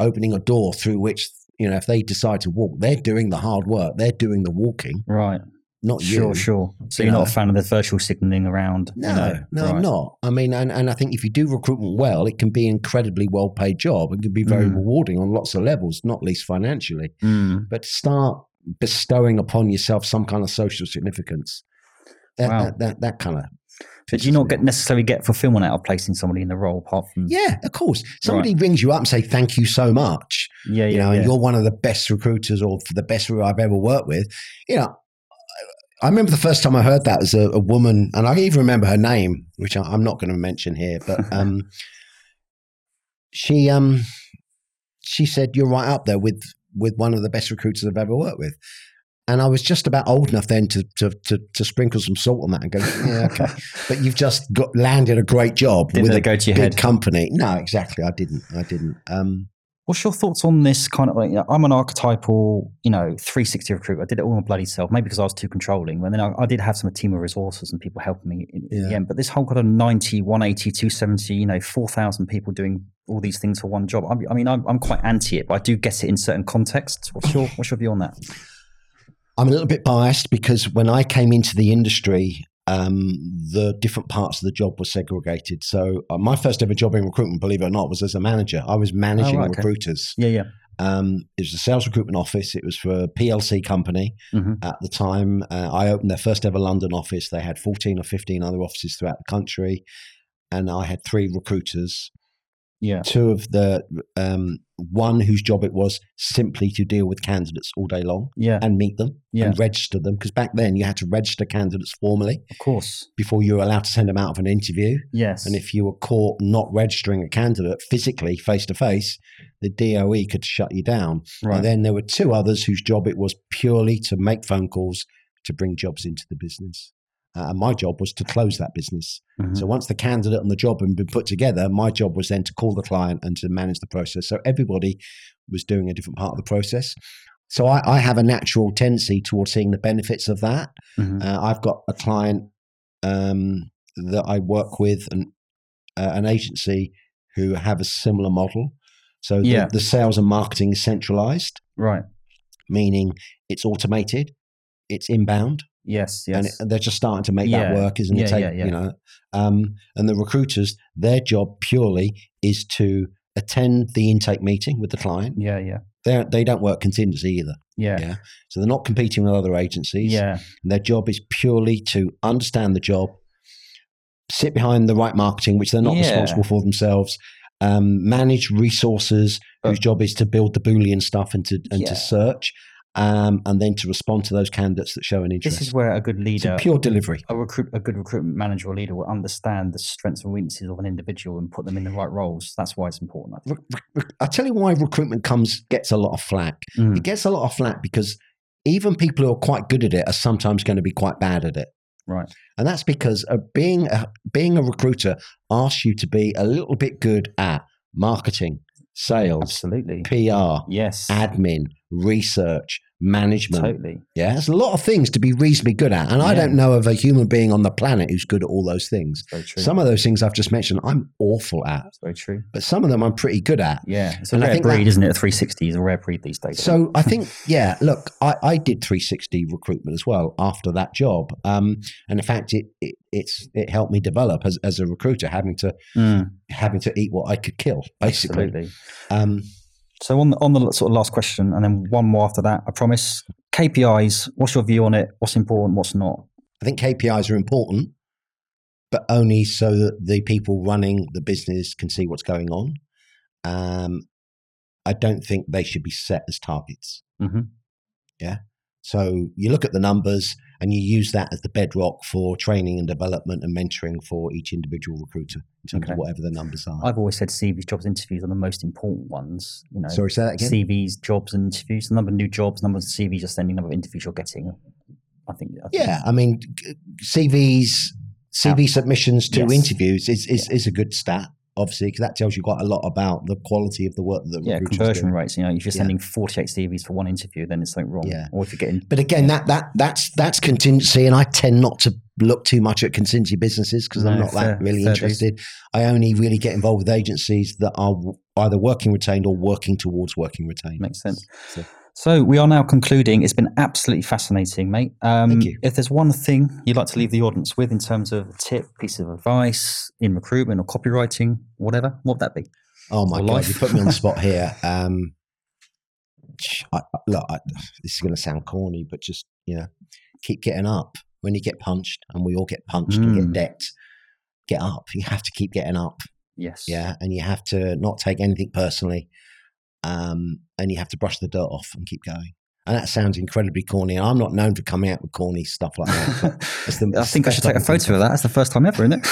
S1: opening a door through which, you know, if they decide to walk, they're doing the hard work. They're doing the walking,
S2: right.
S1: not
S2: Sure,
S1: you.
S2: sure. So
S1: You
S2: you're not
S1: know.
S2: a fan of the virtual signaling around? you
S1: No,
S2: know?
S1: no, I'm
S2: Right.
S1: not. I mean, and, and I think if you do recruitment well, it can be an incredibly well paid job. It can be very
S2: Mm.
S1: rewarding on lots of levels, not least financially.
S2: Mm.
S1: But start bestowing upon yourself some kind of social significance. That,
S2: Wow.
S1: that, that, that kind of
S2: But do you not get necessarily get fulfillment out of placing somebody in the role apart from
S1: Yeah, of course. Somebody rings you up and say, "Thank you so much."
S2: yeah,
S1: you know,
S2: yeah.
S1: and you're one of the best recruiters or the best recruiter I've ever worked with. You know, I I remember the first time I heard that was a, a woman, and I even remember her name, which I, I'm not going to mention here, but um, she um, she said, "You're right up there with with one of the best recruiters I've ever worked with." And I was just about old enough then to to to, to sprinkle some salt on that and go, "Yeah, okay." but you've just got landed a great job
S2: Didn't
S1: with
S2: let it
S1: a
S2: go to your
S1: big
S2: head.
S1: company. No, exactly. I didn't. I didn't. Um,
S2: What's your thoughts on this kind of like, you know, I'm an archetypal, you know, 360 recruit. I did it all my bloody self, maybe because I was too controlling. And then I, I did have some team of resources and people helping me in, in the
S1: Yeah.
S2: end. But this whole kind of 90, 180, 270, you know, 4,000 people doing all these things for one job. I, I mean, I'm, I'm quite anti it, but I do get it in certain contexts. What's your, what's your view on that?
S1: I'm a little bit biased because when I came into the industry, um, the different parts of the job were segregated. So uh, my first ever job in recruitment, believe it or not, was as a manager. I was managing
S2: right, Oh, okay.
S1: recruiters.
S2: Yeah, yeah.
S1: Um, it was a sales recruitment office. It was for a PLC company
S2: Mhm.
S1: at the time. Uh, I opened their first ever London office. They had 14 or 15 other offices throughout the country, and I had three recruiters.
S2: Yeah.
S1: Two of the um, one whose job it was simply to deal with candidates all day long
S2: Yeah,
S1: and meet them
S2: yeah,
S1: and register them because back then you had to register candidates formally
S2: of course.
S1: before you were allowed to send them out of an interview.
S2: Yes.
S1: And if you were caught not registering a candidate physically, face to face, the DOE could shut you down.
S2: right.
S1: And then there were two others whose job it was purely to make phone calls to bring jobs into the business. Uh, and my job was to close that business.
S2: Mhm.
S1: So once the candidate and the job had been put together, my job was then to call the client and to manage the process. So everybody was doing a different part of the process. So I, I have a natural tendency towards seeing the benefits of that.
S2: Mhm.
S1: Uh, I've got a client um, that I work with, an, uh, an agency who have a similar model. So the,
S2: Yeah.
S1: the sales and marketing is centralized,
S2: Right.
S1: meaning it's automated, it's inbound,
S2: Yes, yes.
S1: and it- uh, they're just starting to make
S2: Yeah.
S1: that work, isn't
S2: Yeah,
S1: it? Take-
S2: yeah, yeah.
S1: You know, um, and the recruiters, their job purely is to attend the intake meeting with the client.
S2: yeah, yeah,
S1: They they don't work contingency either,
S2: yeah.
S1: Yeah. so they're not competing with other agencies.
S2: Yeah,
S1: Their job is purely to understand the job, sit behind the right marketing, which they're not
S2: Yeah.
S1: responsible for themselves. Um, manage resources
S2: But-
S1: whose job is to build the boolean stuff and to and
S2: Uh. Yeah.
S1: to search, um, and then to respond to those candidates that show an interest.
S2: this is where a good
S1: it's
S2: leader
S1: a pure delivery.
S2: a recruit a good recruitment manager or leader will understand the strengths and weaknesses of an individual and put them in the right roles. That's why it's important. I think.
S1: I tell you why recruitment comes gets a lot of flack.
S2: Mm.
S1: It gets a lot of flack because even people who are quite good at it are sometimes going to be quite bad at it.
S2: Right.
S1: And that's because uh, being a, being a recruiter asks you to be a little bit good at marketing, sales,
S2: Absolutely.
S1: PR,
S2: Yes.
S1: admin, research, management.
S2: Totally.
S1: Yeah, there's a lot of things to be reasonably good at, and I
S2: Yeah.
S1: don't know of a human being on the planet who's good at all those things.
S2: It's very true.
S1: Some of those things I've just mentioned, I'm awful at,
S2: It's very true.
S1: but some of them I'm pretty good at.
S2: Yeah. It's a
S1: And I
S2: rare
S1: think
S2: breed,
S1: that-
S2: is isn't it? A 360 is a rare breed these days.
S1: So I think, yeah, look, I, I did 360 recruitment as well after that job. Um, and in fact, it, it, it's, it helped me develop as, as a recruiter, having to,
S2: Mm,
S1: having to eat what I could kill, basically.
S2: absolutely.
S1: Um,
S2: So on the, on the sort of last question, and then one more after that, I promise. KPIs. What's your view on it? What's important? What's not?
S1: I think KPIs are important, but only so that the people running the business can see what's going on. Um, I don't think they should be set as targets.
S2: Mhm.
S1: Yeah. So you look at the numbers and you use that as the bedrock for training and development and mentoring for each individual recruiter in terms
S2: Okay.
S1: of whatever the numbers are.
S2: I've always said CVs, jobs, interviews are the most important ones. You know,
S1: Sorry, say that again.
S2: CVs, jobs, and interviews. The number of new jobs, number of CVs you're sending, number of interviews you're getting. I think. I think
S1: yeah. I mean, g- CVs, CV submissions to
S2: Yes.
S1: interviews is, is, is a good stat. Obviously, because that tells you quite a lot about the quality of the work that
S2: Yeah,
S1: recruiters do.
S2: conversion rates. You know, if you're
S1: Yeah.
S2: sending 48 CVs for one interview, then it's something wrong.
S1: Yeah.
S2: Or if you're getting
S1: But again, that that that's that's contingency, and I tend not to look too much at contingency businesses because I'm
S2: No,
S1: not that
S2: fair-
S1: really
S2: fair
S1: interested. I only really get involved with agencies that are w- either working retained or working towards working retained.
S2: makes sense.
S1: So-
S2: So we are now concluding. It's been absolutely fascinating, mate. Um,
S1: Thank you.
S2: If there's one thing you'd like to leave the audience with in terms of a tip, piece of advice in recruitment or copywriting, whatever, what would that be?
S1: Oh my
S2: Or
S1: god,
S2: life.
S1: you put me on the spot here. Um, I, I- look, I, this is going to sound corny, but just you know, keep getting up when you get punched, and we all get punched and
S2: Mm.
S1: get decked. get up. You have to keep getting up.
S2: Yes.
S1: Yeah. And you have to not take anything personally. Um, and you have to brush the dirt off and keep going. And that sounds incredibly corny. And I'm not known for coming out with corny stuff like that. but it's the-
S2: I
S1: it's the
S2: think I
S1: best
S2: should take a
S1: can think
S2: photo of that. That's the first time ever, isn't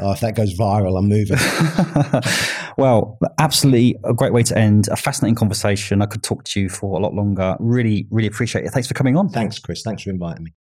S1: Oh, if that goes viral, I'm moving.
S2: it? well, absolutely a great way to end a fascinating conversation. I could talk to you for a lot longer. Really, really appreciate it. Thanks for coming on.
S1: Thanks, Chris. Thanks for inviting me.